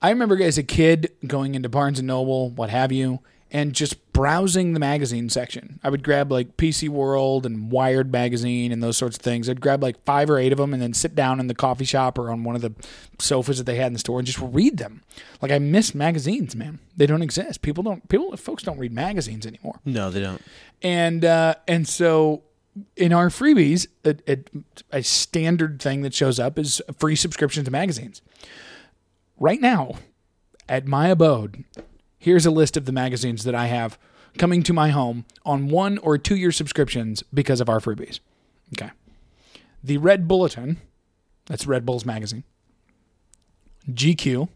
Speaker 2: I remember as a kid going into Barnes and Noble, what have you, and just browsing the magazine section. I would grab like PC World and Wired magazine and those sorts of things. I'd grab like five or eight of them and then sit down in the coffee shop or on one of the sofas that they had in the store and just read them. Like I miss magazines, man. They don't exist. People don't. People, folks don't read magazines anymore
Speaker 1: no they don't
Speaker 2: and uh, and so in our freebies, a, a, a standard thing that shows up is free subscriptions to magazines. Right now, at my abode, here's a list of the magazines that I have coming to my home on one or two year subscriptions because of our freebies. Okay, the Red Bulletin, that's Red Bull's magazine. GQ,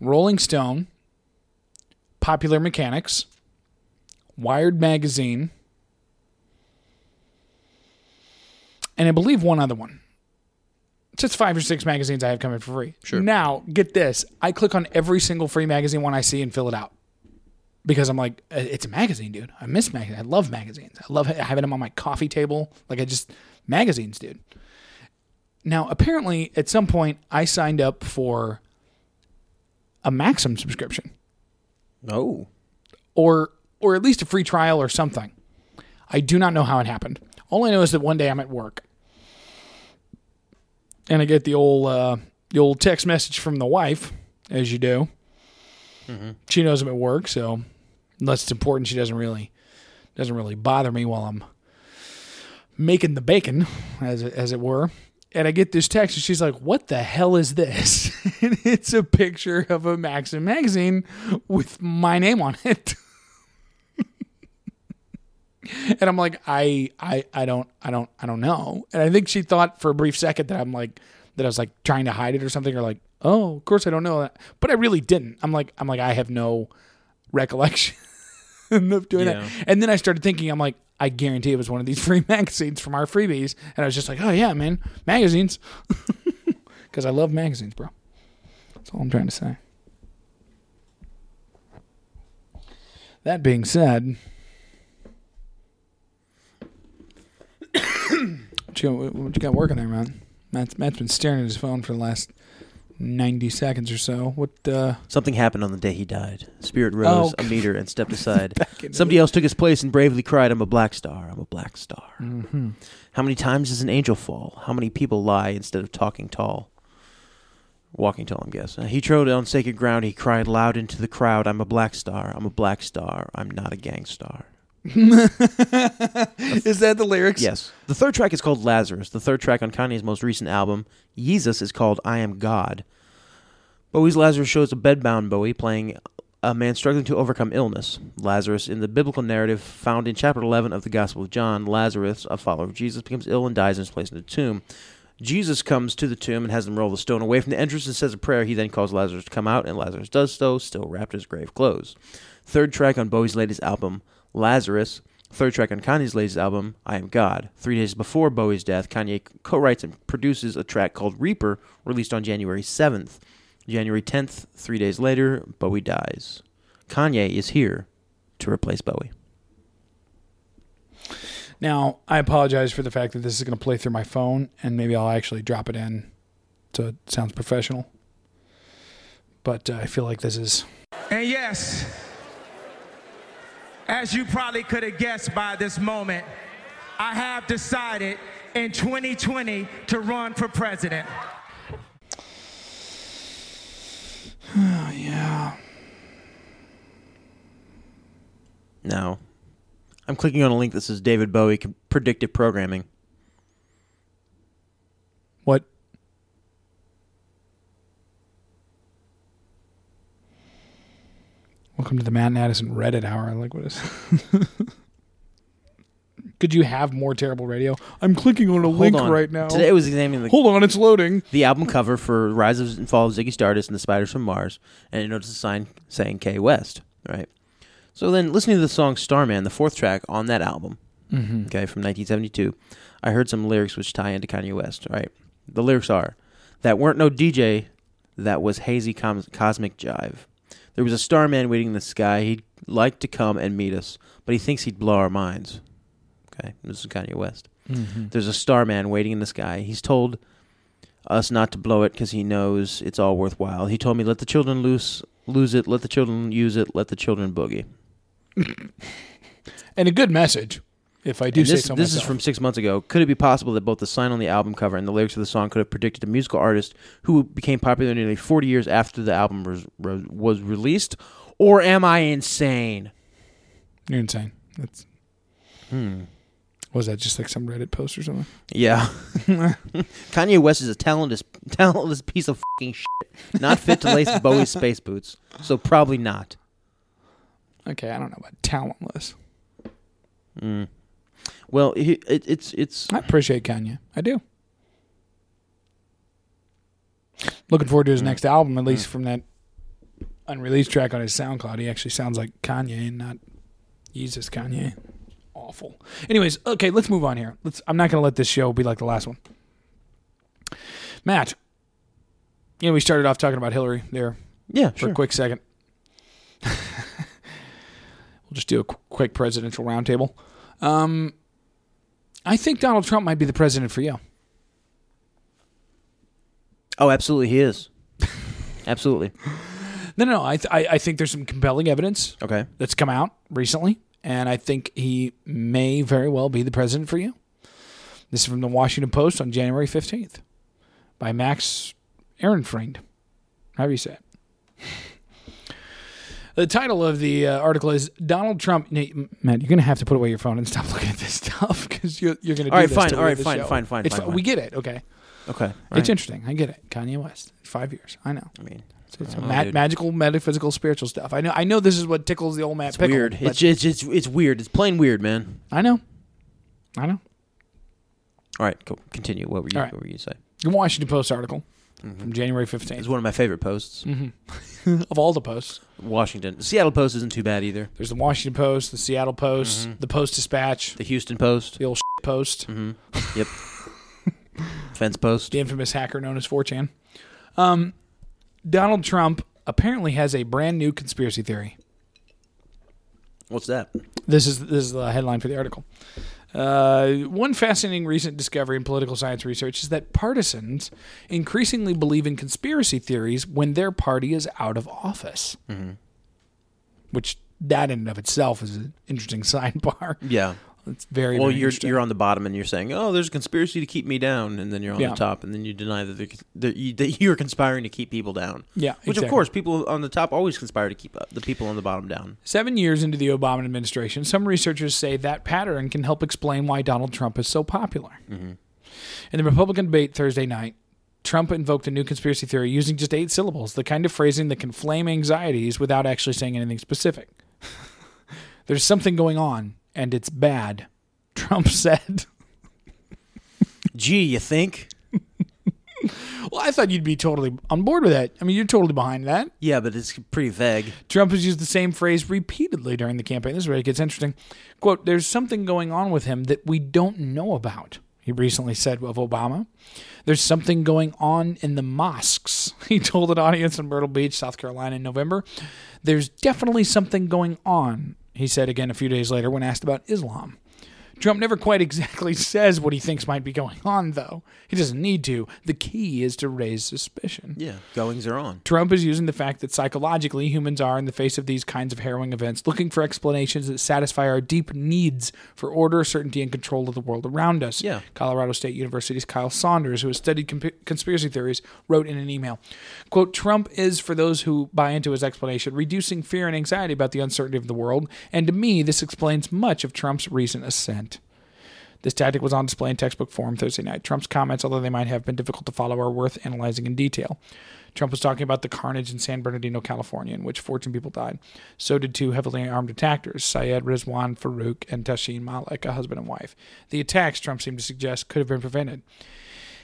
Speaker 2: Rolling Stone, Popular Mechanics. Wired Magazine, and I believe one other one. Just five or six magazines I have coming for free. Sure. Now, get this. I click on every single free magazine one I see and fill it out. because I'm like, "Uh, it's a magazine, dude. I miss magazines. I love magazines. I love ha- having them on my coffee table. Like I just magazines, dude. Now, apparently, at some point, I signed up for a Maxim subscription,
Speaker 1: No.
Speaker 2: or or at least a free trial or something. I do not know how it happened. All I know is that one day I'm at work, and I get the old uh, the old text message from the wife, as you do. She knows I'm at work, so unless it's important, she doesn't really doesn't really bother me while I'm making the bacon, as it, as it were. And I get this text, and she's like, "What the hell is this?" and it's a picture of a Maxim magazine with my name on it. and I'm like, I, I, I don't, I don't, I don't know. And I think she thought for a brief second that I'm like, that I was like trying to hide it or something, or like, oh, of course I don't know that, but I really didn't. I'm like, I'm like, I have no recollection of doing
Speaker 1: Yeah.
Speaker 2: that. And then I started thinking, I'm like, I guarantee it was one of these free magazines from our freebies, and I was just like, oh yeah, man, magazines, because I love magazines, bro. That's all I'm trying to say. That being said, what you, got, what you got working there, man? Matt's, Matt's been staring at his phone for the last ninety seconds or so. What? Uh,
Speaker 1: Something happened on the day he died. Spirit rose
Speaker 2: Oh.
Speaker 1: a meter and stepped aside.
Speaker 2: into
Speaker 1: Somebody else took his place and bravely cried, I'm a black star. I'm a black star. How many times does an angel fall? How many people lie instead of talking tall? Walking tall, I'm guessing. He trod on sacred ground. He cried loud into the crowd, I'm a black star. I'm a black star. I'm not a gang star.
Speaker 2: is that the lyrics?
Speaker 1: Yes. The third track is called Lazarus. The third track on Kanye's most recent album, Jesus, is called I Am God. Bowie's Lazarus shows a bedbound Bowie playing a man struggling to overcome illness. Lazarus, in the biblical narrative found in chapter 11 of the Gospel of John, Lazarus, a follower of Jesus, becomes ill and dies and is placed in a tomb. Jesus comes to the tomb and has them roll the stone away from the entrance and says a prayer. He then calls Lazarus to come out, and Lazarus does so, still wrapped in his grave clothes. Third track on Bowie's latest album, Lazarus. Third track on Kanye's latest album, I Am God. Three days before Bowie's death, Kanye co writes and produces a track called Reaper, released on January 7th. January 10th, three days later, Bowie dies. Kanye is here to replace Bowie.
Speaker 2: Now, I apologize for the fact that this is going to play through my phone, and maybe I'll actually drop it in so it sounds professional. But uh, I feel like this is.
Speaker 3: And yes, as you probably could have guessed by this moment, I have decided in 2020 to run for president.
Speaker 1: Now, I'm clicking on a link that says David Bowie c- predictive programming.
Speaker 2: What? Welcome to the Matt and Addison Reddit Hour. Like, what is. Could you have more terrible radio? I'm clicking on a link
Speaker 1: Hold on.
Speaker 2: right now.
Speaker 1: Today I was examining the
Speaker 2: Hold on, it's loading.
Speaker 1: the album cover for Rise of and Fall of Ziggy Stardust and the Spiders from Mars, and it noticed a sign saying K West, right? So then, listening to the song Starman, the fourth track on that album, okay, from 1972, I heard some lyrics which tie into Kanye West, right? The lyrics are, That weren't no DJ, that was hazy com- cosmic jive. There was a starman waiting in the sky. He'd like to come and meet us, but he thinks he'd blow our minds. Okay, this is Kanye West. There's a starman waiting in the sky. He's told us not to blow it because he knows it's all worthwhile. He told me, "Let the children loose, lose it. Let the children use it. Let the children boogie."
Speaker 2: And a good message, if I do
Speaker 1: And
Speaker 2: say
Speaker 1: this,
Speaker 2: so
Speaker 1: this is
Speaker 2: myself.
Speaker 1: from six months ago. Could it be possible that both the sign on the album cover and the lyrics of the song could have predicted a musical artist who became popular nearly 40 years after the album was, was released? Or am I insane?
Speaker 2: You're insane. That's. Hmm. Was that just like some Reddit post or something?
Speaker 1: Yeah. Kanye West is a talentless, talentless piece of fucking shit. Not fit to lace Bowie's space boots. So probably not.
Speaker 2: Okay, I don't know about talentless.
Speaker 1: Mm. Well, it, it, it's it's
Speaker 2: I appreciate Kanye. I do. Looking forward to his next album, at least from that unreleased track on his SoundCloud. He actually sounds like Kanye and not Jesus Kanye. Awful. Anyways, okay, let's move on here. Let's. I'm not gonna let this show be like the last one. Matt, you know we started off talking about Hillary there
Speaker 1: yeah
Speaker 2: for
Speaker 1: sure.
Speaker 2: a quick second. We'll just do a qu- quick presidential roundtable. Um, I think Donald Trump might be the president for Yale.
Speaker 1: Oh, absolutely, he is. absolutely.
Speaker 2: No, no, no. I, th- I, I think there's some compelling evidence
Speaker 1: Okay.
Speaker 2: that's come out recently, and I think he may very well be the president for you. This is from the Washington Post on January 15th by Max Ehrenfriend. However you say it. The title of the uh, article is Donald Trump. Nate, Matt, you're going to have to put away your phone and stop looking at this stuff because you're, you're going to.
Speaker 1: All right,
Speaker 2: this
Speaker 1: fine,
Speaker 2: till
Speaker 1: all right,
Speaker 2: we end the
Speaker 1: fine,
Speaker 2: show.
Speaker 1: fine, fine,
Speaker 2: It's
Speaker 1: fine, fine.
Speaker 2: We get it. Okay,
Speaker 1: Okay. all
Speaker 2: it's
Speaker 1: right.
Speaker 2: interesting. I get it. Kanye West, five years. I know.
Speaker 1: I mean,
Speaker 2: It's, it's
Speaker 1: I don't know,
Speaker 2: ma-
Speaker 1: Oh, dude.
Speaker 2: magical, metaphysical, spiritual stuff. I know. I know this is what tickles the old Matt.
Speaker 1: it's
Speaker 2: Pickle,
Speaker 1: weird.
Speaker 2: but-
Speaker 1: It's, it's it's it's weird. It's plain weird, man.
Speaker 2: I know. I know.
Speaker 1: All right, cool. Continue. What were you?
Speaker 2: All right.
Speaker 1: What were you say?
Speaker 2: The Washington Post article from January
Speaker 1: It's
Speaker 2: 15th.
Speaker 1: one of my favorite posts.
Speaker 2: Mm-hmm. Of all the posts,
Speaker 1: Washington, the Seattle Post isn't too bad either.
Speaker 2: there's the Washington Post, the Seattle Post, the Post Dispatch,
Speaker 1: The Houston Post.
Speaker 2: the old shit post,
Speaker 1: Yep. Fence Post.
Speaker 2: the infamous hacker known as 4chan. Um, Donald Trump apparently has a brand new conspiracy theory.
Speaker 1: What's that?
Speaker 2: This is this is the headline for the article. Uh, one fascinating recent discovery in political science research is that partisans increasingly believe in conspiracy theories when their party is out of office,
Speaker 1: Mm-hmm.
Speaker 2: which that in and of itself is an interesting sidebar.
Speaker 1: Yeah.
Speaker 2: It's very
Speaker 1: Well,
Speaker 2: very
Speaker 1: you're
Speaker 2: interesting.
Speaker 1: you're on the bottom and you're saying, "Oh, there's a conspiracy to keep me down," and then you're on
Speaker 2: Yeah.
Speaker 1: the top, and then you deny that, they're- that you, that you're conspiring to keep people down.
Speaker 2: Yeah,
Speaker 1: which
Speaker 2: exactly.
Speaker 1: of course, people on the top always conspire to keep uh, the people on the bottom down.
Speaker 2: Seven years into the Obama administration, some researchers say that pattern can help explain why Donald Trump is so popular. In the Republican debate Thursday night, Trump invoked a new conspiracy theory using just eight syllables, the kind of phrasing that can flame anxieties without actually saying anything specific. There's something going on, and it's bad, Trump said.
Speaker 1: Gee, you think?
Speaker 2: Well, I thought you'd be totally on board with that. I mean, you're totally behind that.
Speaker 1: Yeah, but it's pretty vague.
Speaker 2: Trump has used the same phrase repeatedly during the campaign. This is where it gets interesting. Quote, there's something going on with him that we don't know about, he recently said of Obama. There's something going on in the mosques, he told an audience in Myrtle Beach, South Carolina in November. There's definitely something going on, he said again a few days later when asked about Islam. Trump never quite exactly says what he thinks might be going on, though. He doesn't need to. The key is to raise suspicion.
Speaker 1: Yeah, goings are on.
Speaker 2: Trump is using the fact that psychologically humans are, in the face of these kinds of harrowing events, looking for explanations that satisfy our deep needs for order, certainty, and control of the world around us.
Speaker 1: Yeah.
Speaker 2: Colorado State University's Kyle Saunders, who has studied comp- conspiracy theories, wrote in an email, quote, Trump is, for those who buy into his explanation, reducing fear and anxiety about the uncertainty of the world, and to me, this explains much of Trump's recent ascent. This tactic was on display in textbook form Thursday night. Trump's comments, although they might have been difficult to follow, are worth analyzing in detail. Trump was talking about the carnage in San Bernardino, California, in which 14 people died. So did two heavily armed attackers, Syed Rizwan Farouk and Tashin Malik, a husband and wife. The attacks, Trump seemed to suggest, could have been prevented.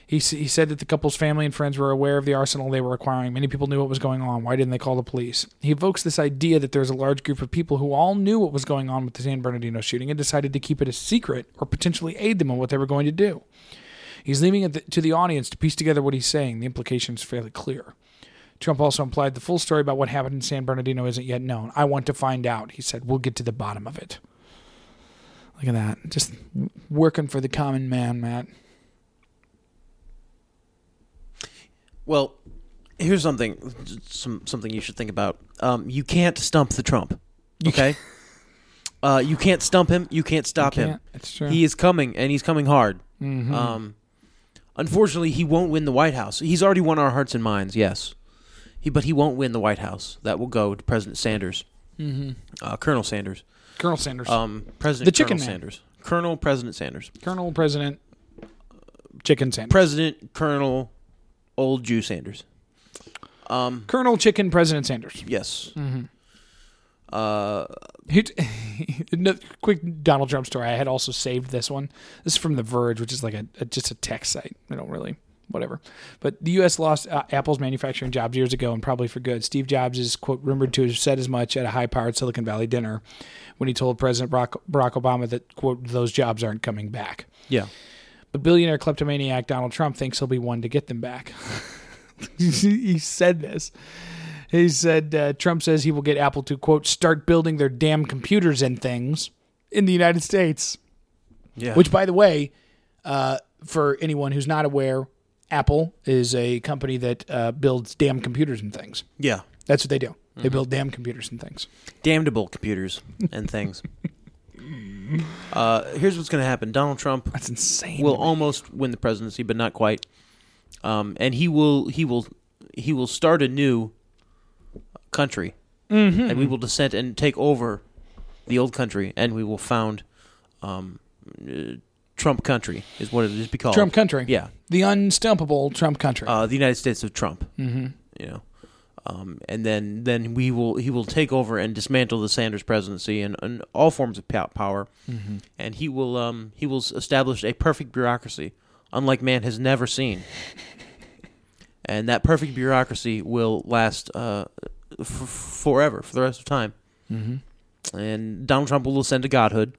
Speaker 2: He, s- he said that the couple's family and friends were aware of the arsenal they were acquiring. Many people knew what was going on. Why didn't they call the police? He evokes this idea that there's a large group of people who all knew what was going on with the San Bernardino shooting and decided to keep it a secret or potentially aid them in what they were going to do. He's leaving it th- to the audience to piece together what he's saying. The implication is fairly clear. Trump also implied the full story about what happened in San Bernardino isn't yet known. I want to find out, he said. We'll get to the bottom of it. Look at that. Just w- working for the common man, Matt.
Speaker 1: Well, here's something some something you should think about. Um, you can't stump the Trump. Okay. uh, you can't stump him. You can't stop him.
Speaker 2: can't. It's true. Mm-hmm.
Speaker 1: He is coming, and he's coming hard. Um, unfortunately, he won't win the White House. He's already won our hearts and minds. Yes. He, but he won't win the White House. That will go to President Sanders, mm-hmm. uh, Colonel Sanders,
Speaker 2: Colonel Sanders.
Speaker 1: um, President
Speaker 2: The chicken
Speaker 1: Colonel
Speaker 2: man.
Speaker 1: Sanders, Colonel President Sanders,
Speaker 2: Colonel President uh, Chicken Sanders.
Speaker 1: President Colonel Old Jew Sanders. Um,
Speaker 2: Colonel Chicken President Sanders.
Speaker 1: Yes.
Speaker 2: Mm.
Speaker 1: Uh,
Speaker 2: Who- No, quick Donald Trump story. I had also saved this one. This is from The Verge, which is like a, a just a tech site. I don't really whatever. But the U.S. lost uh, Apple's manufacturing jobs years ago, and probably for good. Steve Jobs is quote rumored to have said as much at a high-powered Silicon Valley dinner when he told President Barack, Barack Obama that quote those jobs aren't coming back.
Speaker 1: yeah.
Speaker 2: But billionaire kleptomaniac Donald Trump thinks he'll be one to get them back. he said this. He said uh, Trump says he will get Apple to quote start building their damn computers and things in the United States.
Speaker 1: Yeah.
Speaker 2: Which, by the way, uh, for anyone who's not aware, Apple is a company that uh, builds damn computers and things.
Speaker 1: Yeah.
Speaker 2: That's what they do.
Speaker 1: Mm-hmm.
Speaker 2: They build damn computers and things.
Speaker 1: Damnable computers and things. uh, here's what's going to happen Donald Trump
Speaker 2: That's insane.
Speaker 1: will almost win the presidency, but not quite. Um, and he will he will he will start a new country,
Speaker 2: Mm-hmm.
Speaker 1: and we will dissent and take over the old country, and we will found um, uh, Trump country is what it is be called.
Speaker 2: Trump country.
Speaker 1: yeah,
Speaker 2: The unstumpable Trump country.
Speaker 1: uh, the United States of Trump. Mm-hmm. You know, um, and then then we will he will take over and dismantle the Sanders presidency and, and all forms of pow- power, and he will um, he will s- establish a perfect bureaucracy, unlike man has never seen. and that perfect bureaucracy will last uh, f- forever for the rest of time. Mm-hmm. And Donald Trump will ascend to godhood.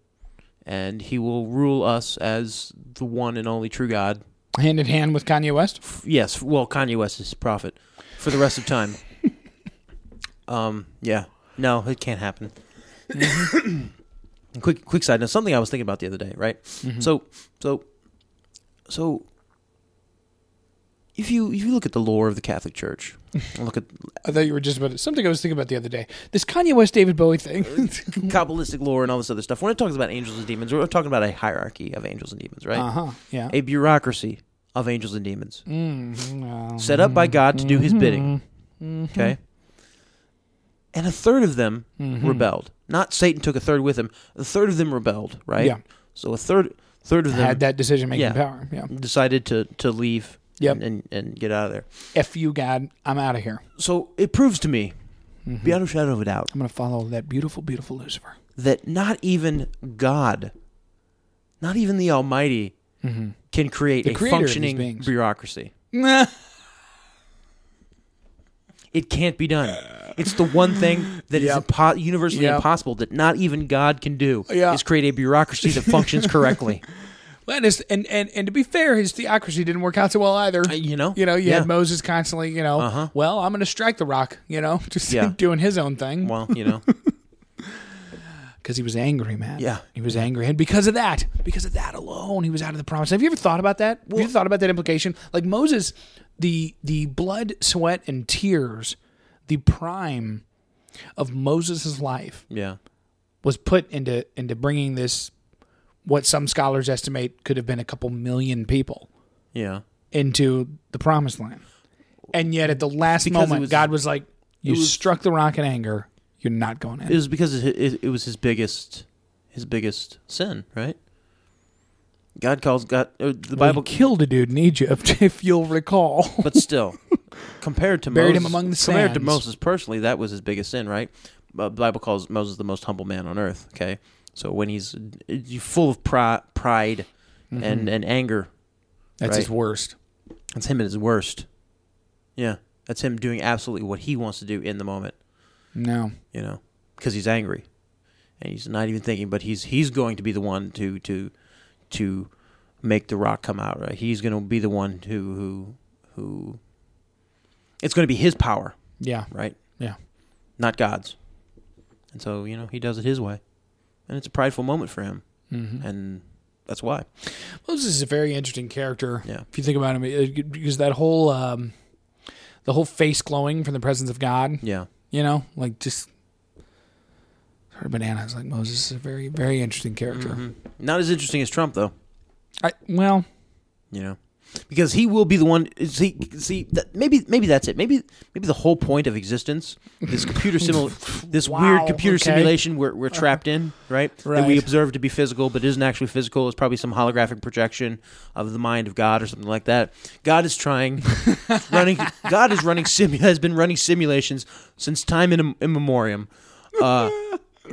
Speaker 1: And he will rule us as the one and only true God,
Speaker 2: hand in hand with Kanye West.
Speaker 1: yes, well, Kanye West is prophet for the rest of time. um, yeah, no, it can't happen. And quick, quick side note: something I was thinking about the other day, right? So, so, so, if you if you look at the lore of the Catholic Church, and look at
Speaker 2: I thought you were just about to, something I was thinking about the other day. This Kanye West David Bowie thing.
Speaker 1: Kabbalistic lore and all this other stuff. When it talks about angels and demons, we're talking about a hierarchy of angels and demons, right?
Speaker 2: uh huh. Yeah.
Speaker 1: A bureaucracy of angels and demons.
Speaker 2: Mm-hmm.
Speaker 1: set up by God to do his bidding.
Speaker 2: Hmm.
Speaker 1: Okay? And a third of them
Speaker 2: Mm-hmm.
Speaker 1: rebelled. Not Satan took a third with him. A third of them rebelled, right?
Speaker 2: Yeah.
Speaker 1: So a third third of them
Speaker 2: Had that decision making
Speaker 1: Yeah.
Speaker 2: power. Yeah.
Speaker 1: decided to, to leave
Speaker 2: Yep.
Speaker 1: and, and, and get out of there.
Speaker 2: F you, God. I'm out of here.
Speaker 1: So it proves to me,
Speaker 2: Mm-hmm.
Speaker 1: beyond a shadow of a doubt,
Speaker 2: I'm going to follow that beautiful, beautiful Lucifer.
Speaker 1: that not even God, not even the Almighty, can create
Speaker 2: Mm-hmm. The
Speaker 1: a
Speaker 2: creator of these
Speaker 1: functioning
Speaker 2: beings.
Speaker 1: bureaucracy.
Speaker 2: yeah.
Speaker 1: It can't be done. It's the one thing that is impo- universally
Speaker 2: Yep.
Speaker 1: impossible that not even God can do
Speaker 2: Yeah.
Speaker 1: is create a bureaucracy that functions correctly.
Speaker 2: And, it's- and, and, and to be fair, his theocracy didn't work out so well either.
Speaker 1: Uh, you know?
Speaker 2: You know, you
Speaker 1: Yeah. Uh-huh.
Speaker 2: had Moses constantly, you know, well, I'm going to strike the rock, you know, just
Speaker 1: Yeah.
Speaker 2: doing his own thing.
Speaker 1: Well, you know,
Speaker 2: Because he was angry, man.
Speaker 1: Yeah.
Speaker 2: He was angry. And because of that, because of that alone, he was out of the promise. Have you ever thought about that? Have you ever thought about that implication? Like Moses, the the blood, sweat, and tears, the prime of Moses' life
Speaker 1: yeah,
Speaker 2: was put into into bringing this what some scholars estimate could have been a couple million people
Speaker 1: yeah.
Speaker 2: into the promised land. And yet at the last
Speaker 1: Because it
Speaker 2: moment,
Speaker 1: was-
Speaker 2: God was like, You
Speaker 1: was-
Speaker 2: struck the rock in anger, you're not going in.
Speaker 1: It was because it, it, it was his biggest, his biggest sin, right? God calls God uh, the
Speaker 2: Well, he
Speaker 1: Bible,
Speaker 2: killed a dude in Egypt, if you'll recall.
Speaker 1: but still, compared to
Speaker 2: Buried
Speaker 1: Moses,
Speaker 2: him among the
Speaker 1: compared to
Speaker 2: sands.
Speaker 1: Moses personally, that was his biggest sin, right? Uh, the Bible calls Moses the most humble man on earth. Okay, so when he's uh, full of pri- pride
Speaker 2: Mm-hmm.
Speaker 1: and and anger,
Speaker 2: That's
Speaker 1: Right.
Speaker 2: his worst.
Speaker 1: That's him at his worst. Yeah, that's him doing absolutely what he wants to do in the moment.
Speaker 2: No.
Speaker 1: You know, because he's angry, and he's not even thinking. But he's he's going to be the one to to to make the rock come out. Right? He's going to be the one who who who. It's going to be his power,
Speaker 2: Yeah.
Speaker 1: right?
Speaker 2: Yeah.
Speaker 1: Not God's. And so you know he does it his way, and it's a prideful moment for him, mm-hmm. and that's why.
Speaker 2: Moses is a very interesting character.
Speaker 1: Yeah.
Speaker 2: If you think about him, it- because that whole um, the whole face glowing from the presence of God,
Speaker 1: Yeah.
Speaker 2: you know, like just sort of bananas. Like Moses is a very, very interesting character.
Speaker 1: Not as interesting as Trump though.
Speaker 2: I, well,
Speaker 1: you know because he will be the one see see that, maybe maybe that's it maybe maybe the whole point of existence this computer simul this
Speaker 2: Wow,
Speaker 1: weird computer
Speaker 2: okay. Uh-huh.
Speaker 1: simulation we're, we're trapped in right? that we
Speaker 2: Right.
Speaker 1: observe to be physical but isn't actually physical it's probably some holographic projection of the mind of god or something like that god is trying running god is running simu has been running simulations since time in immemorium uh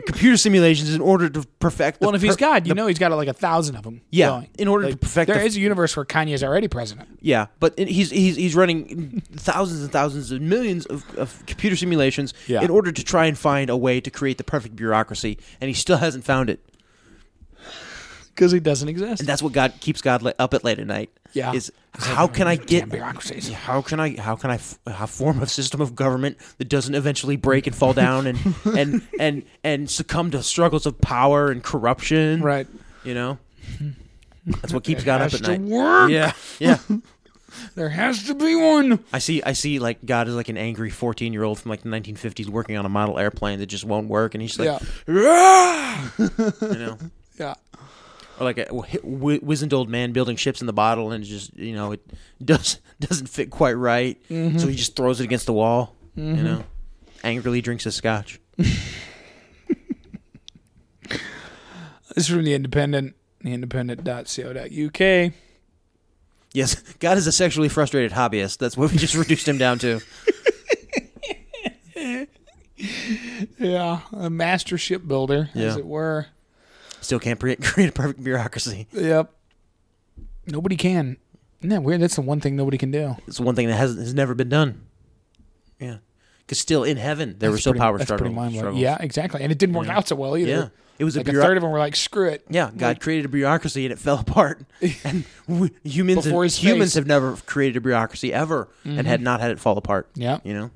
Speaker 1: computer simulations in order to perfect the
Speaker 2: well, and if he's
Speaker 1: per-
Speaker 2: God, you know he's got like a thousand of them.
Speaker 1: Yeah,
Speaker 2: going.
Speaker 1: in order to
Speaker 2: Like,
Speaker 1: perfect
Speaker 2: there
Speaker 1: the-
Speaker 2: is a universe where Kanye's already president.
Speaker 1: Yeah, but it- he's he's he's running thousands and thousands and millions of, of computer simulations
Speaker 2: Yeah.
Speaker 1: in order to try and find a way to create the perfect bureaucracy, and he still hasn't found it.
Speaker 2: because he doesn't exist.
Speaker 1: And that's what God keeps God li- up at late at night.
Speaker 2: Yeah.
Speaker 1: Is how can I get
Speaker 2: Damn bureaucracies.
Speaker 1: how can I how can I f- how form a system of government that doesn't eventually break and fall down and and and and succumb to struggles of power and corruption?
Speaker 2: Right.
Speaker 1: You know. That's what keeps God up
Speaker 2: has
Speaker 1: at
Speaker 2: to
Speaker 1: night.
Speaker 2: work.
Speaker 1: Yeah. Yeah.
Speaker 2: There has to be one.
Speaker 1: I see. I see. Like God is like an angry fourteen-year-old from like the nineteen fifties working on a model airplane that just won't work, and he's like, "Ah!" you know,
Speaker 2: Yeah.
Speaker 1: or like a wh- wh- wizened old man building ships in the bottle, and it's just you know it does doesn't fit quite right,
Speaker 2: Mm-hmm.
Speaker 1: so he just throws it against the wall. You know, angrily drinks his scotch.
Speaker 2: This is from the Independent, the independent.co.uk.
Speaker 1: Yes, God is a sexually frustrated hobbyist. That's what we just reduced him down to.
Speaker 2: Yeah, a master shipbuilder, as
Speaker 1: Yeah.
Speaker 2: it were.
Speaker 1: Still can't pre- create a perfect bureaucracy.
Speaker 2: Yep. Nobody can. Isn't that weird? That's the one thing nobody can do.
Speaker 1: It's one thing that has has never been done. Yeah, because still in heaven there were
Speaker 2: That's
Speaker 1: still
Speaker 2: pretty-
Speaker 1: power
Speaker 2: that's
Speaker 1: struggles.
Speaker 2: pretty mind-blowing.
Speaker 1: struggles.
Speaker 2: Yeah, exactly. And it didn't work out so well either.
Speaker 1: Yeah. It was a
Speaker 2: like a,
Speaker 1: bureau-
Speaker 2: third of them were like, "Screw it."
Speaker 1: Yeah, God created a bureaucracy and it fell apart. And w- humans
Speaker 2: Before
Speaker 1: have,
Speaker 2: his face.
Speaker 1: humans have never created a bureaucracy ever and had not had it fall apart.
Speaker 2: Yeah.
Speaker 1: You know?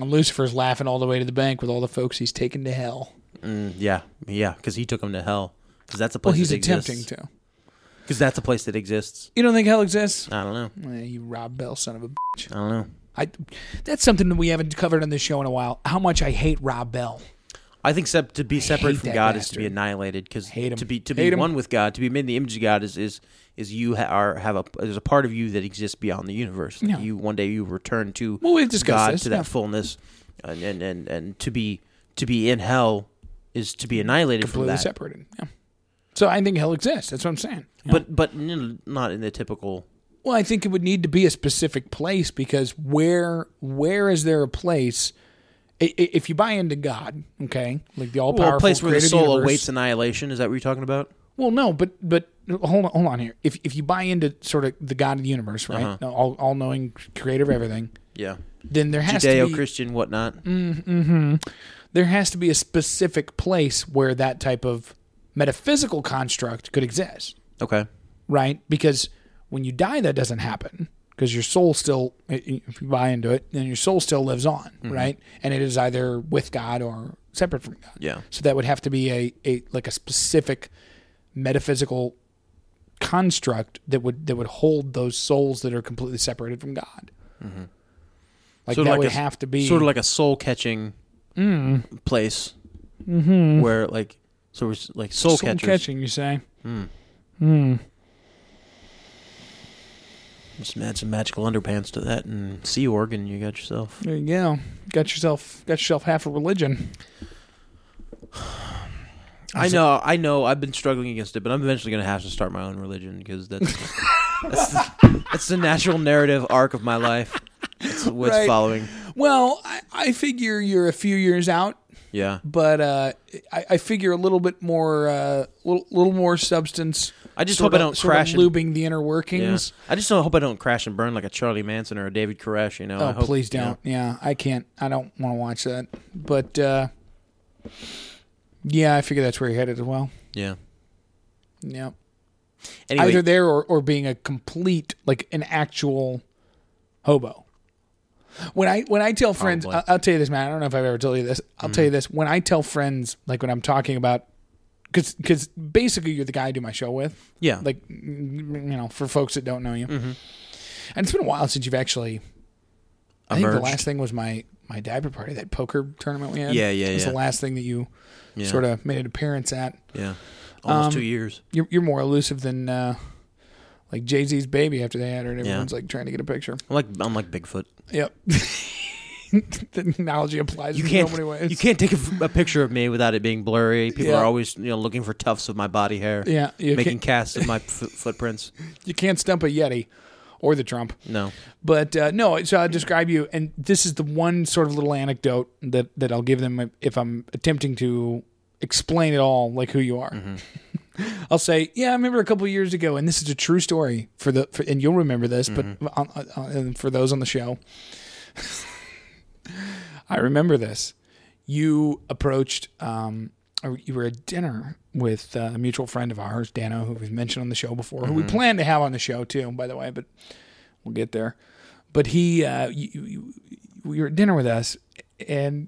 Speaker 2: And Lucifer's laughing all the way to the bank with all the folks he's taken to hell.
Speaker 1: Mm, yeah. Yeah, cuz he took them to hell. Cuz that's a place
Speaker 2: Well, he's
Speaker 1: that
Speaker 2: attempting
Speaker 1: exists.
Speaker 2: to.
Speaker 1: Cuz that's a place that exists.
Speaker 2: You don't think hell exists?
Speaker 1: I don't know.
Speaker 2: Eh, you Rob Bell, son of a. B-
Speaker 1: I don't know.
Speaker 2: I. That's something that we haven't covered on this show in a while. How much I hate Rob Bell.
Speaker 1: I think sep- to be separate
Speaker 2: hate
Speaker 1: from
Speaker 2: that
Speaker 1: God is to be
Speaker 2: bastard.
Speaker 1: annihilated because
Speaker 2: Hate him.
Speaker 1: to be to
Speaker 2: Hate
Speaker 1: be
Speaker 2: him.
Speaker 1: one with God, to be made in the image of God is is is you ha- are have a there's a part of you that exists beyond the universe.
Speaker 2: Yeah.
Speaker 1: You one day you return to
Speaker 2: Well, we've discussed
Speaker 1: God
Speaker 2: this,
Speaker 1: to that
Speaker 2: yeah.
Speaker 1: fullness, and, and and and to be to be in hell is to be annihilated from
Speaker 2: Completely
Speaker 1: that.
Speaker 2: separated. Yeah. So I think hell exists. That's what I'm saying.
Speaker 1: But but n- not in the typical.
Speaker 2: Well, I think it would need to be a specific place because where where is there a place? i- i- If you buy into God, okay, like the all powerful
Speaker 1: Well, a place where the soul
Speaker 2: universe,
Speaker 1: awaits annihilation. Is that what you're talking about?
Speaker 2: Well, no, but but hold on, hold on here. If if you buy into sort of the God of the universe, right,
Speaker 1: Uh-huh.
Speaker 2: all all knowing creator of everything,
Speaker 1: Yeah,
Speaker 2: then there has to be Mm.
Speaker 1: Judeo-Christian whatnot.
Speaker 2: there has to be a specific place where that type of metaphysical construct could exist.
Speaker 1: Okay.
Speaker 2: right? Because when you die, that doesn't happen because your soul still, if you buy into it, then your soul still lives on,
Speaker 1: Mm-hmm.
Speaker 2: right? And it is either with God or separate from God.
Speaker 1: Yeah.
Speaker 2: So that would have to be a, a like a specific metaphysical construct that would that would hold those souls that are completely separated from God.
Speaker 1: Mm-hmm.
Speaker 2: Like that would
Speaker 1: a-
Speaker 2: have to be
Speaker 1: sort of like a soul catching Mm. place where like so we're s- like Mm-hmm. soul,
Speaker 2: soul
Speaker 1: catchers.
Speaker 2: catching. You say
Speaker 1: Just add some magical underpants to that and sea org, and you got yourself.
Speaker 2: there you go. Got yourself got yourself half a religion.
Speaker 1: I know, I know. I've been struggling against it, but I'm eventually gonna have to start my own religion because that's that's, the, that's the natural narrative arc of my life. That's what's
Speaker 2: Right.
Speaker 1: following.
Speaker 2: Well, I, I figure you're a few years out
Speaker 1: Yeah,
Speaker 2: but uh, I, I figure a little bit more, uh, little, little more substance.
Speaker 1: I just
Speaker 2: sort
Speaker 1: hope I
Speaker 2: of-
Speaker 1: don't
Speaker 2: sort
Speaker 1: crash
Speaker 2: Of
Speaker 1: and-
Speaker 2: lubing the inner
Speaker 1: yeah.
Speaker 2: workings.
Speaker 1: I just don't hope I don't crash and burn like a Charlie Manson or a David Koresh. You know. I
Speaker 2: Oh,
Speaker 1: hope-
Speaker 2: please
Speaker 1: you know.
Speaker 2: don't. Yeah. I can't. I don't want to watch that. But uh, yeah, I figure that's where you're headed as well.
Speaker 1: Yeah.
Speaker 2: Yeah,
Speaker 1: Anyway,
Speaker 2: either there or, or being a complete, like an actual hobo. When I when I tell friends,
Speaker 1: Probably. Mm.
Speaker 2: I'll, I'll tell you this, man. I don't know if I've ever told you this. I'll tell you this. When I tell friends, like when I'm talking about, because because basically you're the guy I do my show with.
Speaker 1: yeah,
Speaker 2: like mm, you know for folks that don't know you
Speaker 1: Mm-hmm.
Speaker 2: and it's been a while since you've actually i think
Speaker 1: Emerged.
Speaker 2: the last thing was my my diaper party that poker tournament we had
Speaker 1: Yeah, yeah,
Speaker 2: it's the
Speaker 1: yeah.
Speaker 2: last thing that you
Speaker 1: Yeah.
Speaker 2: sort of made an appearance at
Speaker 1: yeah, almost two years.
Speaker 2: you're, you're more elusive than uh like jay-z's baby after they had her and
Speaker 1: Yeah.
Speaker 2: everyone's like trying to get a picture
Speaker 1: I'm like I'm like Bigfoot.
Speaker 2: yep the analogy applies
Speaker 1: You
Speaker 2: in
Speaker 1: can't.
Speaker 2: so many ways
Speaker 1: You can't take a, f- a picture of me without it being blurry. People
Speaker 2: Yeah.
Speaker 1: are always, you know, looking for tufts of my body hair.
Speaker 2: Yeah, you
Speaker 1: making
Speaker 2: can't-
Speaker 1: casts of my f- footprints.
Speaker 2: you can't stump a yeti or the trump
Speaker 1: No,
Speaker 2: But uh, no, so I'll describe you, and this is the one sort of little anecdote that that I'll give them if I'm attempting to explain at all, like who you are. I'll say, yeah, I remember a couple of years ago, and this is a true story for the, for, and you'll remember this, but on, on, on- and for those on the show, I remember this. You approached um, uh, you were at dinner with uh, a mutual friend of ours, Dano, who we've mentioned on the show before, who we plan to have on the show too, by the way, but we'll get there. But he, uh, you, you, we were at dinner with us, and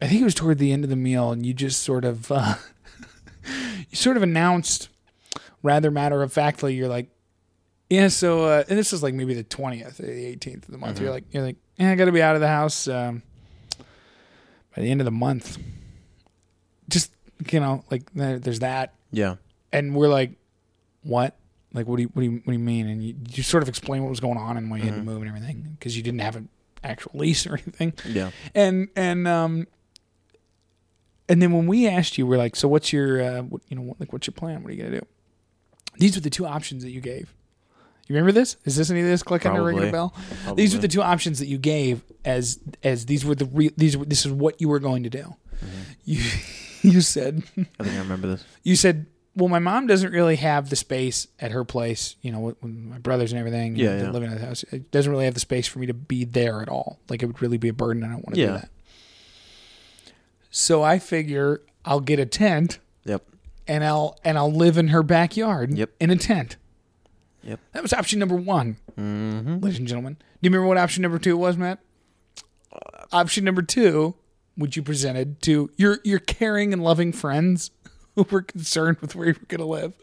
Speaker 2: I think it was toward the end of the meal, and you just sort of, uh, you sort of announced, rather matter of factly, you're like, yeah, so uh, and this is like maybe the twentieth, the eighteenth of the month. You're like, you're like, eh, I got to be out of the house um, by the end of the month. Just you know, like there, there's that,
Speaker 1: Yeah.
Speaker 2: and we're like, what? Like, what do you, what do you, what do you mean? And you, you sort of explain what was going on and why you
Speaker 1: Mm-hmm.
Speaker 2: had to move and everything because you didn't have an actual lease or anything.
Speaker 1: Yeah.
Speaker 2: And and um, and then when we asked you, we're like, so what's your, uh, what, you know, what, like what's your plan? What are you gonna do? These were the two options that you gave. You remember this? Is this any of this? Click on the ring
Speaker 1: Probably.
Speaker 2: a bell. These were the two options that you gave as as these were the re- these were, this is what you were going to do.
Speaker 1: Mm-hmm.
Speaker 2: You you said
Speaker 1: I think I remember this.
Speaker 2: you said, well, my mom doesn't really have the space at her place, you know, with, with my brothers and everything, you
Speaker 1: Yeah,
Speaker 2: know,
Speaker 1: yeah.
Speaker 2: living in the house. It doesn't really have the space for me to be there at all. Like it would really be a burden. I don't want to do
Speaker 1: Yeah.
Speaker 2: that. So I figure I'll get a tent
Speaker 1: Yep.
Speaker 2: and I'll and I'll live in her backyard
Speaker 1: Yep.
Speaker 2: in a tent.
Speaker 1: Yep. Mm-hmm.
Speaker 2: That was option number one, ladies and gentlemen. Do you remember what option number two was, Matt?
Speaker 1: Uh,
Speaker 2: option number two, which you presented to your your caring and loving friends who were concerned with where you were going to live.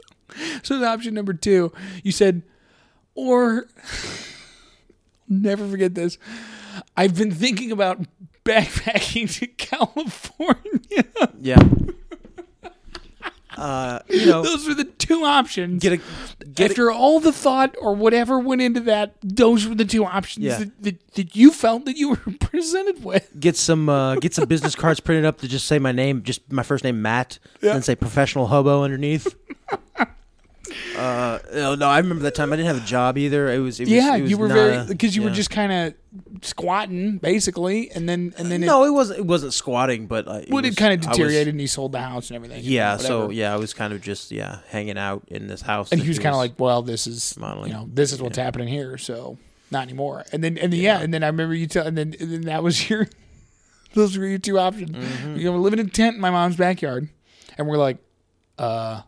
Speaker 2: So the option number two, you said, or never forget this. I've been thinking about backpacking to California.
Speaker 1: Yeah. uh, you know,
Speaker 2: Those were the two options.
Speaker 1: get a get a,
Speaker 2: after all the thought or whatever went into that, those were the two options
Speaker 1: Yeah.
Speaker 2: that, that, that you felt that you were presented with.
Speaker 1: get some uh, get some business cards printed up to just say my name, just my first name Matt, and say professional hobo underneath. uh, no, no, I remember that time. I didn't have a job either. It was, it was
Speaker 2: Yeah,
Speaker 1: it was
Speaker 2: you were
Speaker 1: not
Speaker 2: very
Speaker 1: a-
Speaker 2: because you were
Speaker 1: yeah.
Speaker 2: just kind of squatting basically, and then and then it,
Speaker 1: no, it wasn't. It wasn't squatting, but uh,
Speaker 2: well,
Speaker 1: was-
Speaker 2: it kind
Speaker 1: I
Speaker 2: of
Speaker 1: was-
Speaker 2: deteriorated, and he sold the house and everything.
Speaker 1: yeah,
Speaker 2: and
Speaker 1: so
Speaker 2: whatever.
Speaker 1: yeah, I was kind of just yeah hanging out in this house,
Speaker 2: and
Speaker 1: that
Speaker 2: he was kind of like, well, this is
Speaker 1: Modeling.
Speaker 2: you know this is what's happening here, so not anymore. And then and then, yeah, and then I remember you tell, and then and then that was your those were your two options.
Speaker 1: Mm-hmm.
Speaker 2: You know, we're living in a tent in my mom's backyard, and we're like, uh.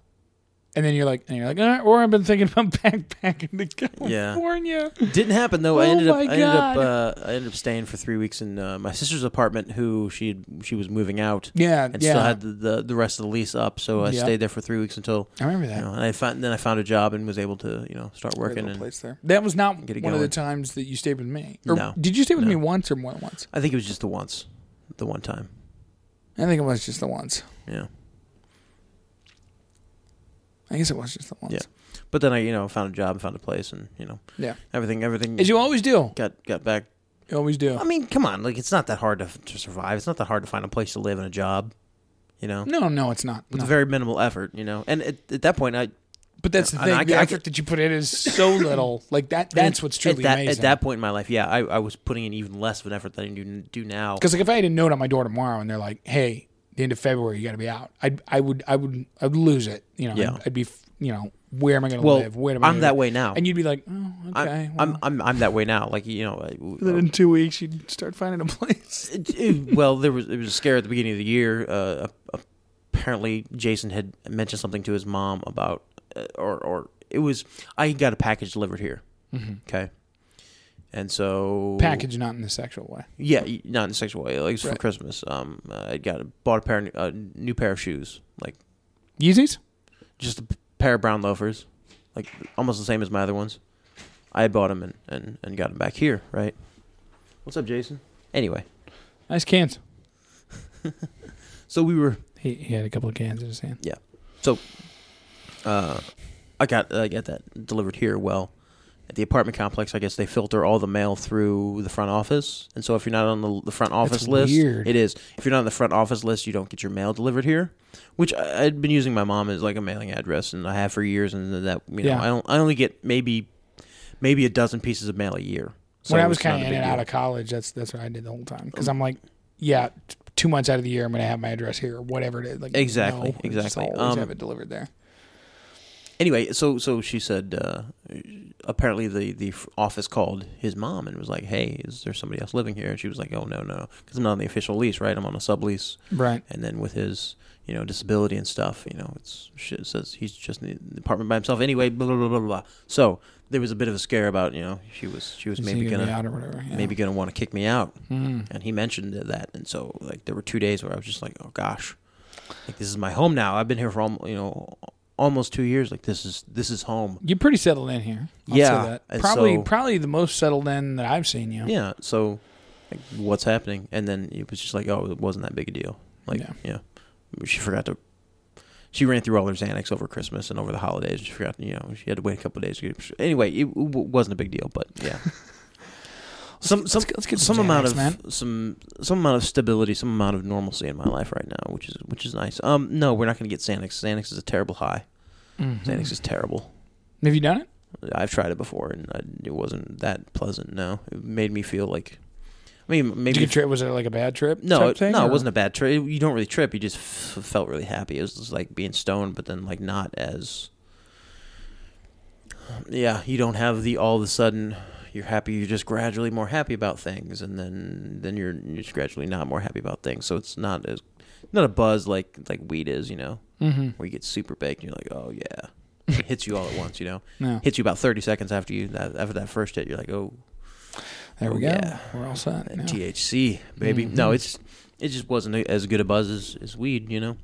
Speaker 2: And then you're like, and you're like, "Uh, or I've been thinking about backpacking to
Speaker 1: Yeah.
Speaker 2: California.
Speaker 1: Didn't happen though. I
Speaker 2: Oh
Speaker 1: ended up.
Speaker 2: my
Speaker 1: I ended up.
Speaker 2: God.
Speaker 1: Uh, I ended up staying for three weeks in uh, my sister's apartment, who she had, she was moving out.
Speaker 2: Yeah,
Speaker 1: and
Speaker 2: yeah.
Speaker 1: still had the, the, the rest of the lease up. So I
Speaker 2: Yeah.
Speaker 1: stayed there for three weeks until
Speaker 2: I remember that.
Speaker 1: you know, and I found then I found a job and was able to you know start working. And
Speaker 2: That was not one
Speaker 1: Get it
Speaker 2: of the
Speaker 1: going.
Speaker 2: times that you stayed with me. Or
Speaker 1: No.
Speaker 2: did you stay with me once or more than once?
Speaker 1: I think it was just the once, the one time.
Speaker 2: I think it was just the once.
Speaker 1: Yeah,
Speaker 2: I guess it was just the once.
Speaker 1: yeah. But then I you know found a job and found a place and you know
Speaker 2: Yeah.
Speaker 1: everything everything
Speaker 2: As you always do.
Speaker 1: got got back.
Speaker 2: You always do.
Speaker 1: I mean, come on, like it's not that hard to, to survive. It's not that hard to find a place to live and a job. You know,
Speaker 2: no, no, it's not.
Speaker 1: with
Speaker 2: No.
Speaker 1: very minimal effort. You know, and at, at that point I
Speaker 2: But that's the
Speaker 1: I-
Speaker 2: thing.
Speaker 1: I-
Speaker 2: the
Speaker 1: I-
Speaker 2: effort that you put in is so little. Like that. That's what's truly
Speaker 1: at that,
Speaker 2: amazing.
Speaker 1: At that point in my life, yeah, I, I was putting in even less of an effort than I do, do now.
Speaker 2: because like if I had a note on my door tomorrow and they're like, "Hey, the end of February, you got to be out," I I would I would I would lose it. You know,
Speaker 1: Yeah.
Speaker 2: I'd, I'd be f- you know, where am I going to
Speaker 1: Well,
Speaker 2: live? Where am I?
Speaker 1: I'm
Speaker 2: gonna
Speaker 1: that
Speaker 2: live?
Speaker 1: way now.
Speaker 2: And you'd be like, "Oh,
Speaker 1: I'm,
Speaker 2: okay."
Speaker 1: I'm,
Speaker 2: well."
Speaker 1: I'm, I'm that way now. Like you know, I-
Speaker 2: then in two weeks, you'd start finding a place.
Speaker 1: it- it- well, there was it was a scare at the beginning of the year. Uh, ap- apparently, Jason had mentioned something to his mom about, uh, or or it was I got a package delivered here. Okay, and so
Speaker 2: Mm-hmm. Package, not in the sexual way.
Speaker 1: Yeah, y- not in a sexual way. Like it's for
Speaker 2: Right.
Speaker 1: Christmas, um, I got a, bought a pair of, a new pair of shoes, like
Speaker 2: Yeezys.
Speaker 1: just a p- pair of brown loafers, like almost the same as my other ones. I bought them and, and, and got them back here, right? What's up, Jason? Anyway,
Speaker 2: Nice cans.
Speaker 1: so we were,
Speaker 2: He, he had a couple of cans in his hand.
Speaker 1: yeah. So uh, I got I got that delivered here. Well, at the apartment complex, I guess they filter all the mail through the front office, and so if you're not on the, the front office list,
Speaker 2: weird.
Speaker 1: it is. If you're not on the front office list, you don't get your mail delivered here. Which I, I'd been using my mom as like a mailing address, and I have for years, and that you know
Speaker 2: Yeah.
Speaker 1: I don't, I only get maybe maybe a dozen pieces of mail a year. So
Speaker 2: when I was
Speaker 1: it's not
Speaker 2: kind
Speaker 1: a
Speaker 2: of in
Speaker 1: big
Speaker 2: and
Speaker 1: deal.
Speaker 2: out of college, that's that's what I did the whole time because I'm like, yeah, t- two months out of the year, I'm gonna have my address here or whatever it is. Like
Speaker 1: Exactly,
Speaker 2: no, I just
Speaker 1: exactly.
Speaker 2: always
Speaker 1: Um,
Speaker 2: have it delivered there.
Speaker 1: Anyway, so so she said uh, apparently the the f- office called his mom and was like, "Hey, is there somebody else living here?" And she was like, "Oh no, no, because I'm not on the official lease, right? I'm on a sublease."
Speaker 2: Right.
Speaker 1: And then with his you know disability and stuff, you know, it's shit says he's just in the apartment by himself anyway. Blah blah blah blah. blah. So there was a bit of a scare about you know she was she was
Speaker 2: Is he
Speaker 1: maybe
Speaker 2: gonna
Speaker 1: gonna
Speaker 2: be out or whatever, yeah. Hmm.
Speaker 1: maybe gonna want to kick me out, and he mentioned that, and so like there were two days where I was just like, "Oh gosh." like this is my home now. I've been here for almost, you know almost two years. Like this is this is home.
Speaker 2: You're pretty settled in here. I'll
Speaker 1: Yeah,
Speaker 2: say that.
Speaker 1: and
Speaker 2: probably
Speaker 1: so-
Speaker 2: probably the most settled in that I've seen you.
Speaker 1: Yeah. So like, what's happening? And then it was just like, oh, it wasn't that big a deal. Like
Speaker 2: Yeah.
Speaker 1: yeah, she forgot to. She ran through all her Xanax over Christmas and over the holidays. She forgot, you know, she had to wait a couple of days. To get, anyway, it w- w- wasn't a big deal, but yeah. Some some
Speaker 2: let's get some
Speaker 1: some amount
Speaker 2: Xanax,
Speaker 1: of
Speaker 2: man.
Speaker 1: some some amount of stability, some amount of normalcy in my life right now, which is which is nice. Um, no, we're not going to get Xanax. Xanax is a terrible high.
Speaker 2: Mm-hmm.
Speaker 1: Xanax is terrible.
Speaker 2: Have you done it?
Speaker 1: I've tried it before, and I, it wasn't that pleasant. No, it made me feel like, I mean,
Speaker 2: Did
Speaker 1: maybe
Speaker 2: you trip? Was it like a bad trip?
Speaker 1: no,
Speaker 2: type
Speaker 1: it,
Speaker 2: thing,
Speaker 1: no,
Speaker 2: or-
Speaker 1: it wasn't a bad trip. You don't really trip. You just f- felt really happy. It was just like being stoned, but then like not as, yeah, you don't have the all of a sudden you're happy. You're just gradually more happy about things, and then then you're you're just gradually not more happy about things. So it's not as not a buzz like like weed is, you know, mm-hmm. where you get super baked and you're like, oh yeah, it hits you all at once, you know,
Speaker 2: No.
Speaker 1: hits you about thirty seconds after you that, after that first hit, you're like, oh,
Speaker 2: There we
Speaker 1: Oh,
Speaker 2: go.
Speaker 1: yeah. Uh,
Speaker 2: We're all set.
Speaker 1: that
Speaker 2: now.
Speaker 1: THC, baby.
Speaker 2: Mm-hmm.
Speaker 1: No, it's it just wasn't a- as good a buzz as, as weed, you know,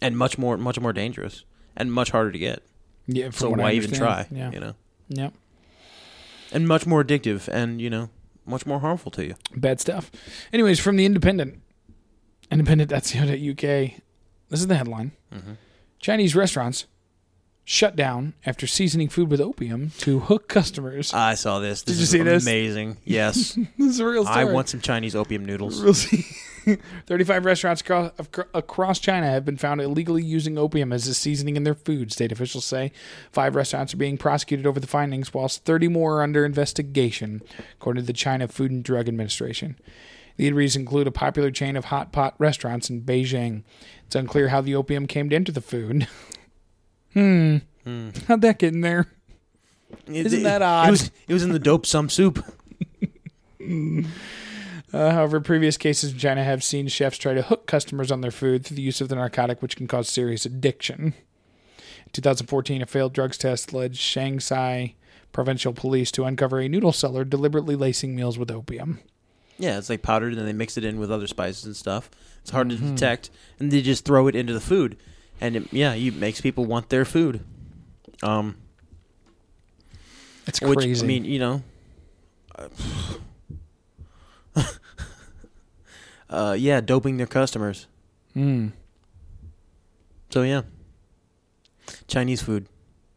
Speaker 1: and much more much more dangerous and much harder to get.
Speaker 2: Yeah, from
Speaker 1: So
Speaker 2: what I
Speaker 1: why even try?
Speaker 2: understand. Yeah.
Speaker 1: You know,
Speaker 2: Yep.
Speaker 1: and much more addictive, and you know, much more harmful to you.
Speaker 2: Bad stuff. Anyways, from the Independent, independent.co.uk. This is the headline
Speaker 1: Mm-hmm.
Speaker 2: Chinese restaurants shut down after seasoning food with opium to hook customers.
Speaker 1: I saw this. This
Speaker 2: you
Speaker 1: is
Speaker 2: see this?
Speaker 1: amazing. Yes,
Speaker 2: this is a real story.
Speaker 1: I want some Chinese opium noodles.
Speaker 2: We'll see. 35 restaurants across, across China have been found illegally using opium as a seasoning in their food, state officials say. Five restaurants are being prosecuted over the findings, whilst 30 more are under investigation, according to the China Food and Drug Administration. The eateries include a popular chain of hot pot restaurants in Beijing. It's unclear how the opium came into the food. hmm. How'd that get in there? Isn't that odd?
Speaker 1: It was, it was in the dope some soup.
Speaker 2: Uh, however, previous cases in China have seen chefs try to hook customers on their food through the use of the narcotic, which can cause serious addiction. In 2014, a failed drugs test led Shanghai provincial police to uncover a noodle seller deliberately lacing meals with opium.
Speaker 1: Yeah, it's like powdered, and they mix it in with other spices and stuff. It's hard
Speaker 2: Mm-hmm.
Speaker 1: to detect, and they just throw it into the food, and it, yeah, it makes people want their food. Um,
Speaker 2: It's
Speaker 1: which
Speaker 2: crazy.
Speaker 1: I mean, you know, uh, yeah, doping their customers.
Speaker 2: Hmm.
Speaker 1: Mm. So yeah, Chinese food,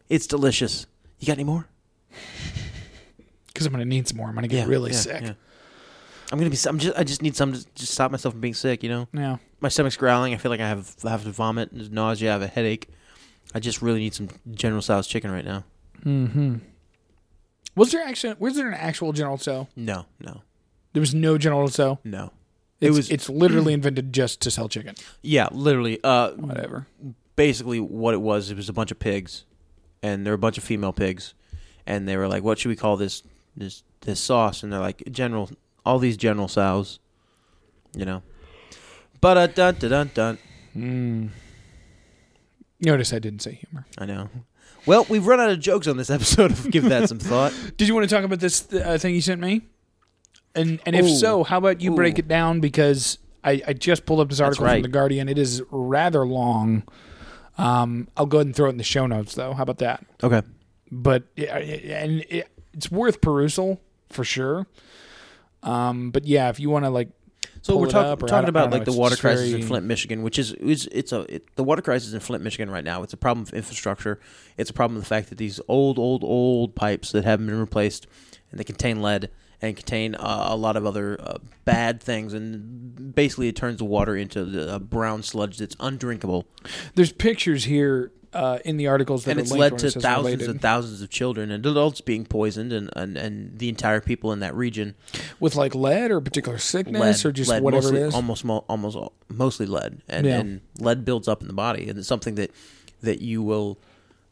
Speaker 1: it's delicious. You got any more?
Speaker 2: because I'm going to need some more. I'm going to
Speaker 1: Yeah,
Speaker 2: get really
Speaker 1: yeah,
Speaker 2: sick.
Speaker 1: yeah. I'm gonna be. I'm just. I just need some to just stop myself from being sick. You know.
Speaker 2: Yeah.
Speaker 1: my stomach's growling. I feel like I have I have to vomit, there's nausea, I have a headache. I just really need some General Tso's chicken right now.
Speaker 2: Was there actually was there an actual General Tso?
Speaker 1: No, no,
Speaker 2: There was no General Tso.
Speaker 1: no.
Speaker 2: It's,
Speaker 1: It was
Speaker 2: It's literally invented just to sell chicken.
Speaker 1: yeah, literally. Uh,
Speaker 2: Whatever.
Speaker 1: basically what it was, it was a bunch of pigs, and there were a bunch of female pigs, and they were like, "What should we call this this this sauce?" And they're like, "General, all these General Tso's, you know." But uh, dun dun dun dun. Hmm.
Speaker 2: Notice I didn't say humor.
Speaker 1: I know. Well, we've run out of jokes on this episode. of Give that some thought.
Speaker 2: Did you want to talk about this uh, thing you sent me? And and if
Speaker 1: Ooh.
Speaker 2: so, how about you break
Speaker 1: Ooh.
Speaker 2: it down because I, I just pulled up this article from
Speaker 1: right.
Speaker 2: the Guardian. It is rather long. Um, I'll go ahead and throw it in the show notes though. How about that?
Speaker 1: Okay.
Speaker 2: But yeah, and it, it's worth perusal for sure. Um, but yeah, if you want to like,
Speaker 1: So
Speaker 2: pull
Speaker 1: we're
Speaker 2: it
Speaker 1: talk,
Speaker 2: up or I
Speaker 1: talking
Speaker 2: don't- I
Speaker 1: about
Speaker 2: don't know,
Speaker 1: like the
Speaker 2: it's
Speaker 1: water
Speaker 2: just
Speaker 1: crisis
Speaker 2: very-
Speaker 1: in Flint, Michigan, which is, is it's a it, the water crisis in Flint, Michigan right now. It's a problem of infrastructure. It's a problem of the fact that these old, old, old pipes that haven't been replaced and they contain lead and contain uh, a lot of other uh, bad things, and basically it turns the water into the, uh, brown sludge that's undrinkable,
Speaker 2: there's pictures here uh, in the articles that
Speaker 1: and
Speaker 2: are
Speaker 1: it's
Speaker 2: linked
Speaker 1: led
Speaker 2: where it
Speaker 1: to
Speaker 2: says
Speaker 1: thousands
Speaker 2: related.
Speaker 1: and thousands of children and adults being poisoned, and, and and the entire people in that region.
Speaker 2: with like lead or a particular sickness
Speaker 1: lead,
Speaker 2: or just
Speaker 1: lead,
Speaker 2: whatever
Speaker 1: mostly,
Speaker 2: it is.
Speaker 1: Almost, mo- almost all- mostly lead, and,
Speaker 2: Yeah.
Speaker 1: and lead builds up in the body, and it's something that that you will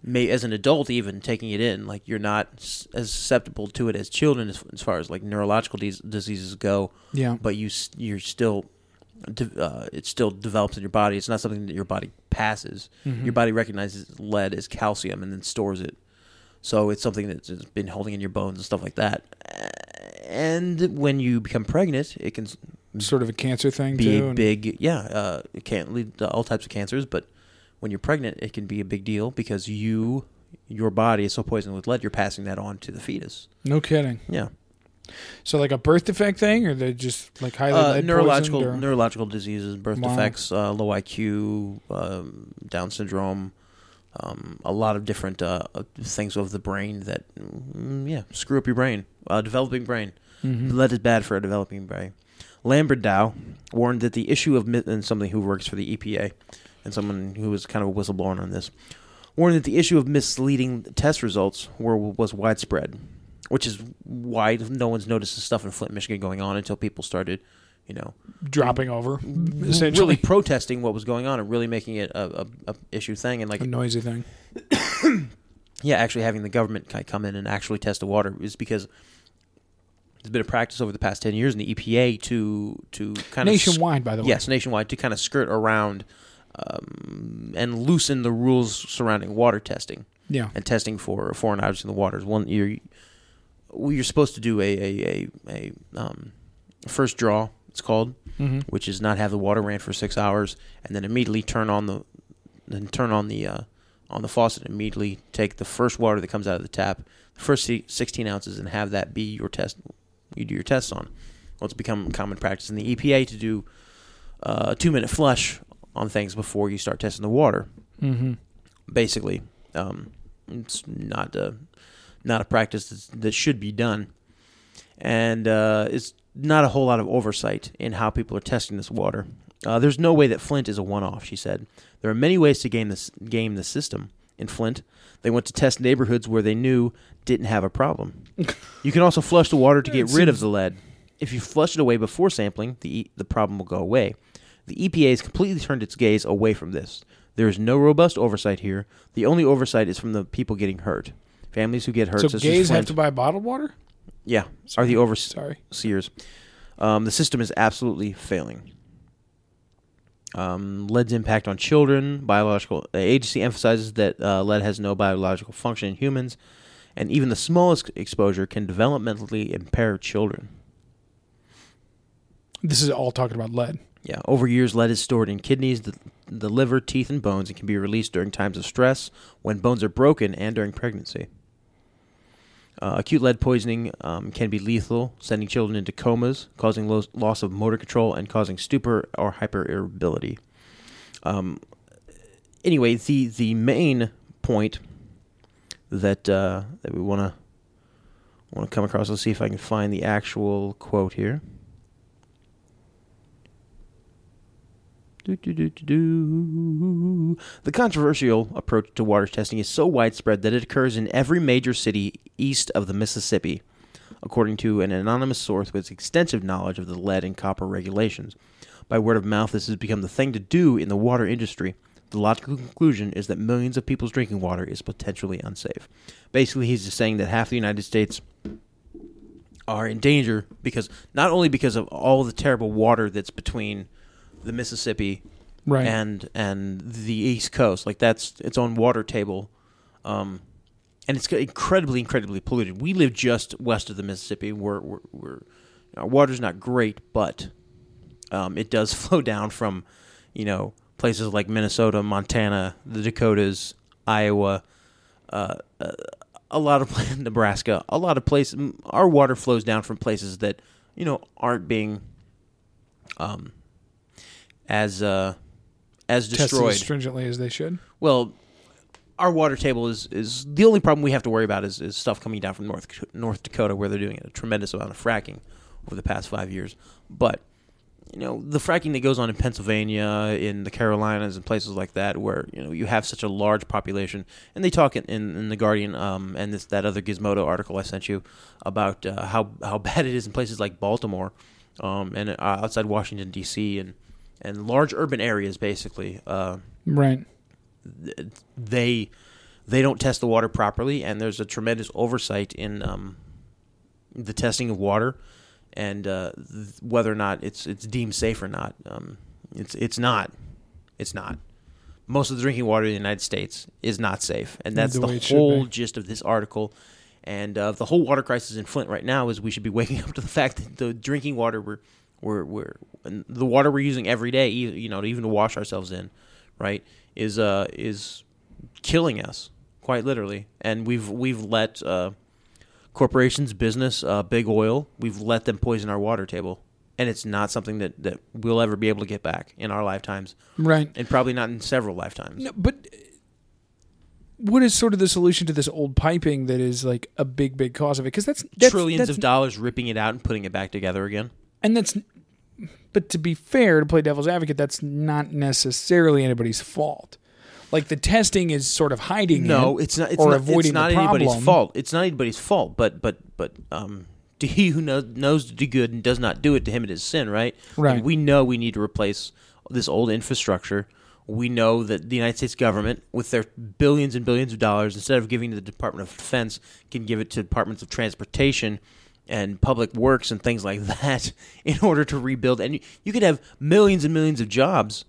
Speaker 1: may as an adult even taking it in like you're not s- as susceptible to it as children as, as far as like neurological dis diseases go
Speaker 2: Yeah.
Speaker 1: but you s- you're still de- uh, it still develops in your body it's not something that your body passes
Speaker 2: Mm-hmm.
Speaker 1: your body recognizes lead as calcium and then stores it so it's something that's that's been holding in your bones and stuff like that and when you become pregnant it can s-
Speaker 2: Sort of a cancer thing
Speaker 1: be
Speaker 2: too.
Speaker 1: a
Speaker 2: and-
Speaker 1: big yeah uh, it can't lead to all types of cancers but when you're pregnant it can be a big deal because you your body is so poisoned with lead you're passing that on to the fetus
Speaker 2: no kidding.
Speaker 1: yeah
Speaker 2: So like a birth defect thing, or they're just like highly
Speaker 1: uh,
Speaker 2: lead
Speaker 1: neurological
Speaker 2: poisoned or-
Speaker 1: neurological diseases birth
Speaker 2: Wow.
Speaker 1: defects uh, low iq um, down syndrome um, a lot of different uh, uh, things of the brain that mm, yeah screw up your brain uh, developing brain lead is bad for a developing brain lambert dow warned that the issue of mi- and somebody who works for the epa and someone who was kind of a whistleblower on this warned that the issue of misleading test results were was widespread, which is why no one's noticed the stuff in Flint, Michigan going on until people started, you know,
Speaker 2: dropping over,
Speaker 1: Mm, really
Speaker 2: essentially
Speaker 1: protesting what was going on and really making it a, a, a issue thing and like
Speaker 2: a noisy thing.
Speaker 1: yeah, actually having the government ki- come in and actually test the water is because there's been a practice over the past ten years in the EPA to to kind of
Speaker 2: Nationwide, by the way.
Speaker 1: Yes, nationwide to kind of skirt around um, and loosen the rules surrounding water testing
Speaker 2: Yeah.
Speaker 1: and testing for foreign objects in the waters. One, you're well, you're supposed to do a a a, a um, first draw. It's called, which is not have the water ran for six hours and then immediately turn on the then turn on the uh, on the faucet. And immediately take the first water that comes out of the tap, the first si- sixteen ounces, and have that be your test. You do your tests on. Well, it's become common practice in the EPA to do uh, a two minute flush on things before you start testing the water
Speaker 2: Mm-hmm.
Speaker 1: basically. Um, it's not a not a practice that's, that should be done, and uh, it's not a whole lot of oversight in how people are testing this water. Uh, there's no way that Flint is a one-off, she said. There are many ways to game this game the system in Flint. They went to test neighborhoods where they knew didn't have a problem. you can also flush the water to get rid of the lead. If you flush it away before sampling, the e- the problem will go away. The EPA has completely turned its gaze away from this. There is no robust oversight here. The only oversight is from the people getting hurt. Families who get hurt,
Speaker 2: So
Speaker 1: such as
Speaker 2: gays have
Speaker 1: Flint-
Speaker 2: to buy bottled water.
Speaker 1: yeah, are the
Speaker 2: Sorry.
Speaker 1: overseers. Um, the system is absolutely failing. Um, lead's impact on children, biological. The agency emphasizes that uh, lead has no biological function in humans, and even the smallest exposure can developmentally impair children.
Speaker 2: This is all talking about lead.
Speaker 1: Yeah, over years, lead is stored in kidneys, the, the liver, teeth, and bones, and can be released during times of stress, when bones are broken, and during pregnancy. Uh, acute lead poisoning um, can be lethal, sending children into comas, causing lo- loss of motor control, and causing stupor or hyperirritability. Um, anyway, the the main point that uh, that we want to want to come across. Let's see if I can find the actual quote here. Do-do-do-do-do. The controversial approach to water testing is so widespread that it occurs in every major city east of the Mississippi, according to an anonymous source with extensive knowledge of the lead and copper regulations. By word of mouth, this has become the thing to do in the water industry. The logical conclusion is that millions of people's drinking water is potentially unsafe. Basically, he's just saying that half the United States are in danger because not only because of all the terrible water that's between the Mississippi
Speaker 2: Right.
Speaker 1: and and the East Coast, like that's its own water table, um, and it's incredibly incredibly polluted. We live just west of the Mississippi. We're we're, we're our water's not great, but um, it does flow down from you know places like Minnesota, Montana, the Dakotas, Iowa, a lot of pla- Nebraska, a lot of places. m- Our water flows down from places that you know aren't being um as uh as
Speaker 2: Tested
Speaker 1: destroyed.
Speaker 2: as stringently as they should.
Speaker 1: well, our water table is is the only problem we have to worry about is, is stuff coming down from North K- North Dakota where they're doing a tremendous amount of fracking over the past five years, but. You know the fracking that goes on in Pennsylvania, in the Carolinas, and places like that, where you know you have such a large population, and they talk in, in, in the Guardian um, and this that other Gizmodo article I sent you about uh, how how bad it is in places like Baltimore, um, and uh, outside Washington D.C. and and large urban areas basically. Uh,
Speaker 2: Right.
Speaker 1: they they don't test the water properly, and there's a tremendous oversight in um, the testing of water and uh, th- whether or not it's it's deemed safe or not. Um, it's it's not. It's not. Most of the drinking water in the United States is not safe, and that's
Speaker 2: the
Speaker 1: the
Speaker 2: way it should
Speaker 1: whole
Speaker 2: be.
Speaker 1: gist of this article. And uh, the whole water crisis in Flint right now is we should be waking up to the fact that the drinking water we're we're, we're and the water we're using every day, e- you know, even to wash ourselves in, right, is uh is killing us quite literally. And we've we've let uh, corporations, business, uh, big oil, we've let them poison our water table, and it's not something that that we'll ever be able to get back in our lifetimes,
Speaker 2: Right.
Speaker 1: and probably not in several lifetimes.
Speaker 2: No, but what is sort of the solution to this old piping that is like a big, big cause of it? Because that's, that's
Speaker 1: Trillions
Speaker 2: that's,
Speaker 1: of dollars ripping it out and putting it back together again.
Speaker 2: and that's. But to be fair, to play devil's advocate, that's not necessarily anybody's fault. Like the testing is sort of hiding.
Speaker 1: No,
Speaker 2: it
Speaker 1: it's not. It's
Speaker 2: or
Speaker 1: not,
Speaker 2: avoiding
Speaker 1: it's not
Speaker 2: the
Speaker 1: anybody's
Speaker 2: problem.
Speaker 1: fault. It's not anybody's fault. But but but um, to he who knows knows to do good and does not do it, to him it is sin. Right.
Speaker 2: Right.
Speaker 1: And we know we need to replace this old infrastructure. We know that the United States government, with their billions and billions of dollars, instead of giving to the Department of Defense, can give it to departments of transportation and public works and things like that in order to rebuild. And you, you could have millions and millions of jobs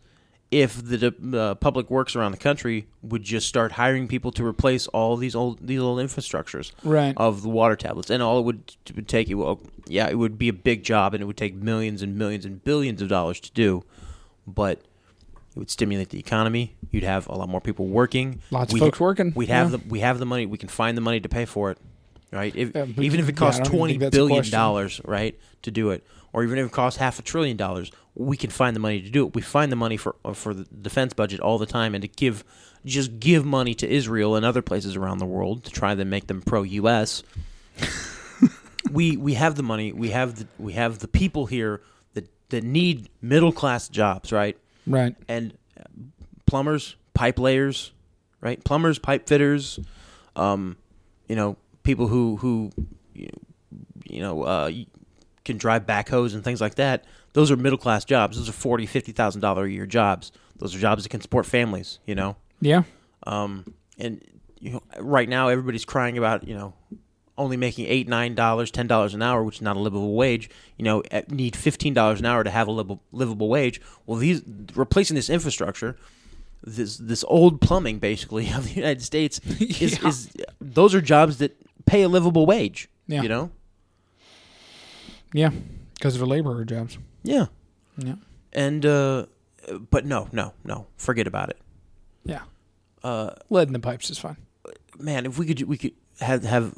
Speaker 1: if the de- uh, public works around the country would just start hiring people to replace all these old these old infrastructures
Speaker 2: Right.
Speaker 1: of the water tablets, and all it would t- would take it well, yeah, it would be a big job, and it would take millions and millions and billions of dollars to do, but it would stimulate the economy. You'd have a lot more people working.
Speaker 2: Lots of
Speaker 1: We'd-
Speaker 2: folks working,
Speaker 1: We'd have
Speaker 2: yeah.
Speaker 1: the we have the money. We can find the money to pay for it, right? If,
Speaker 2: Yeah, but
Speaker 1: even if
Speaker 2: yeah,
Speaker 1: it costs
Speaker 2: I don't even
Speaker 1: twenty
Speaker 2: think that's a
Speaker 1: billion
Speaker 2: question.
Speaker 1: dollars, right, to do it, or even if it costs half a trillion dollars, we can find the money to do it. We find the money for uh, for the defense budget all the time, and to give just give money to Israel and other places around the world to try to make them pro U.S. we we have the money, we have the we have the people here that that need middle class jobs, right?
Speaker 2: right.
Speaker 1: and uh, plumbers, pipe layers, right? Plumbers, pipe fitters, um, you know, people who who you you know uh, y- can drive backhoes and things like that. Those are middle class jobs. Those are forty, fifty thousand dollar a year jobs. Those are jobs that can support families. You know,
Speaker 2: Yeah.
Speaker 1: um, and you know, right now everybody's crying about you know only making eight, nine dollars, ten dollars an hour, which is not a livable wage. You know, at- need fifteen dollars an hour to have a livable, livable wage. Well, these replacing this infrastructure, this this old plumbing basically of the United States is,
Speaker 2: Yeah.
Speaker 1: is those are jobs that pay a livable wage.
Speaker 2: Yeah.
Speaker 1: You know.
Speaker 2: Yeah. Because they're laborer jobs.
Speaker 1: Yeah.
Speaker 2: Yeah.
Speaker 1: And uh, but no, no, no. Forget about it.
Speaker 2: Yeah. Uh, Lead in the pipes is fine.
Speaker 1: man, if we could, we could have have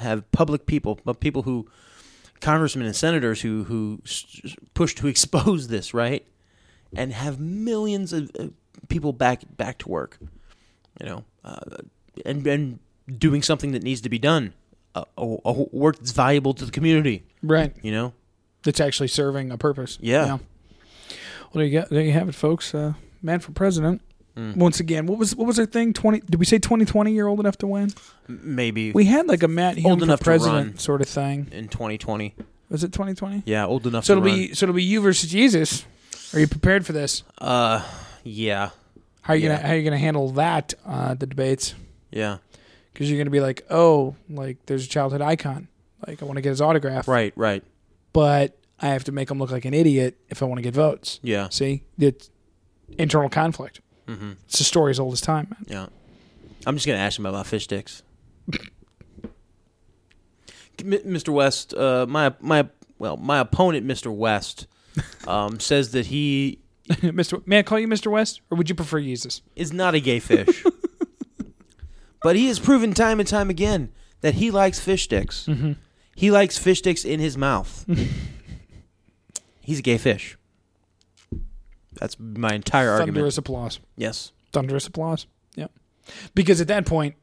Speaker 1: have public people, but people who, congressmen and senators who who s- push to expose this, right, and have millions of uh, people back back to work, you know, uh, and and doing something that needs to be done, a, a, a work that's valuable to the community,
Speaker 2: Right.
Speaker 1: you know.
Speaker 2: That's actually serving a purpose.
Speaker 1: Yeah.
Speaker 2: Well, there you go. There you have it, folks. Uh, man for president.
Speaker 1: Mm.
Speaker 2: Once again, what was what was our thing? Twenty? Did we say twenty twenty? You're old enough to win.
Speaker 1: M- Maybe
Speaker 2: We had like a Matt Hume
Speaker 1: Old
Speaker 2: for
Speaker 1: enough to
Speaker 2: president
Speaker 1: run.
Speaker 2: sort of thing.
Speaker 1: in 2020,
Speaker 2: Was it twenty twenty?
Speaker 1: yeah, old enough.
Speaker 2: So
Speaker 1: to
Speaker 2: it'll be
Speaker 1: run.
Speaker 2: so it'll be you versus Jesus. Are you prepared for this?
Speaker 1: uh, yeah,
Speaker 2: How are you
Speaker 1: Yeah.
Speaker 2: gonna how are you gonna handle that uh, the debates?
Speaker 1: yeah,
Speaker 2: Because you're gonna be like, oh, like there's a childhood icon. Like I want to get his autograph,
Speaker 1: right, right,
Speaker 2: But I have to make him look like an idiot if I want to get votes.
Speaker 1: yeah,
Speaker 2: See, it's internal conflict.
Speaker 1: Mm-hmm.
Speaker 2: It's a story as old as time, man.
Speaker 1: Yeah. I'm just going to ask him about fish sticks. M- Mr. West, uh, my my well, my opponent, Mr. West, um, says that he
Speaker 2: Mr. May I call you Mr. West, or would you prefer Jesus?
Speaker 1: is not a gay fish, but he has proven time and time again that he likes fish sticks. He likes fish sticks in his mouth. He's a gay fish. That's my entire argument.
Speaker 2: Thunderous applause.
Speaker 1: Yes.
Speaker 2: Thunderous applause. Yep. Because at that point,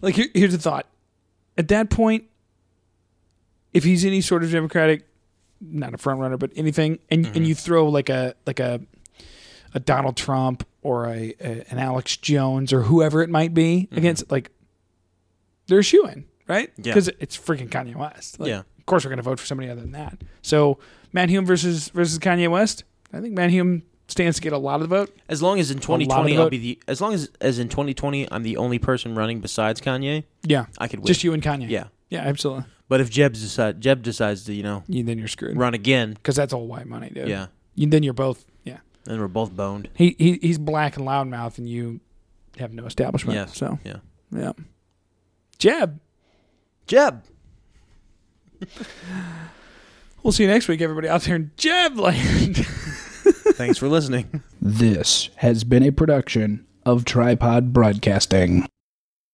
Speaker 2: like here, here's the thought: at that point, if he's any sort of Democratic, not a front runner, but anything, and and you throw like a like a a Donald Trump or a, a an Alex Jones or whoever it might be against, like they're a shoe in, right?
Speaker 1: Yeah.
Speaker 2: Because it's freaking Kanye West. Like,
Speaker 1: Yeah.
Speaker 2: Of course, we're going to vote for somebody other than that. So Matt Hume versus versus Kanye West. I think Matt Hume stands to get a lot of the vote.
Speaker 1: As long as in
Speaker 2: of
Speaker 1: 2020 I'll
Speaker 2: vote.
Speaker 1: be the as long as as in 2020 I'm the only person running besides Kanye,
Speaker 2: Yeah,
Speaker 1: I could win.
Speaker 2: just you and Kanye.
Speaker 1: Yeah.
Speaker 2: yeah, absolutely.
Speaker 1: But if Jeb decide Jeb decides to, you know,
Speaker 2: You, then you're screwed
Speaker 1: run again,
Speaker 2: because that's all white money, dude.
Speaker 1: yeah,
Speaker 2: You, then you're both. Yeah,
Speaker 1: then we're both boned.
Speaker 2: he, he he's black and loudmouth, and you have no establishment.
Speaker 1: Yes.
Speaker 2: So
Speaker 1: Yeah.
Speaker 2: yeah, Jeb.
Speaker 1: Jeb.
Speaker 2: We'll see you next week, everybody out there in Jeb land.
Speaker 1: Thanks for listening.
Speaker 4: This has been a production of Tripod Broadcasting.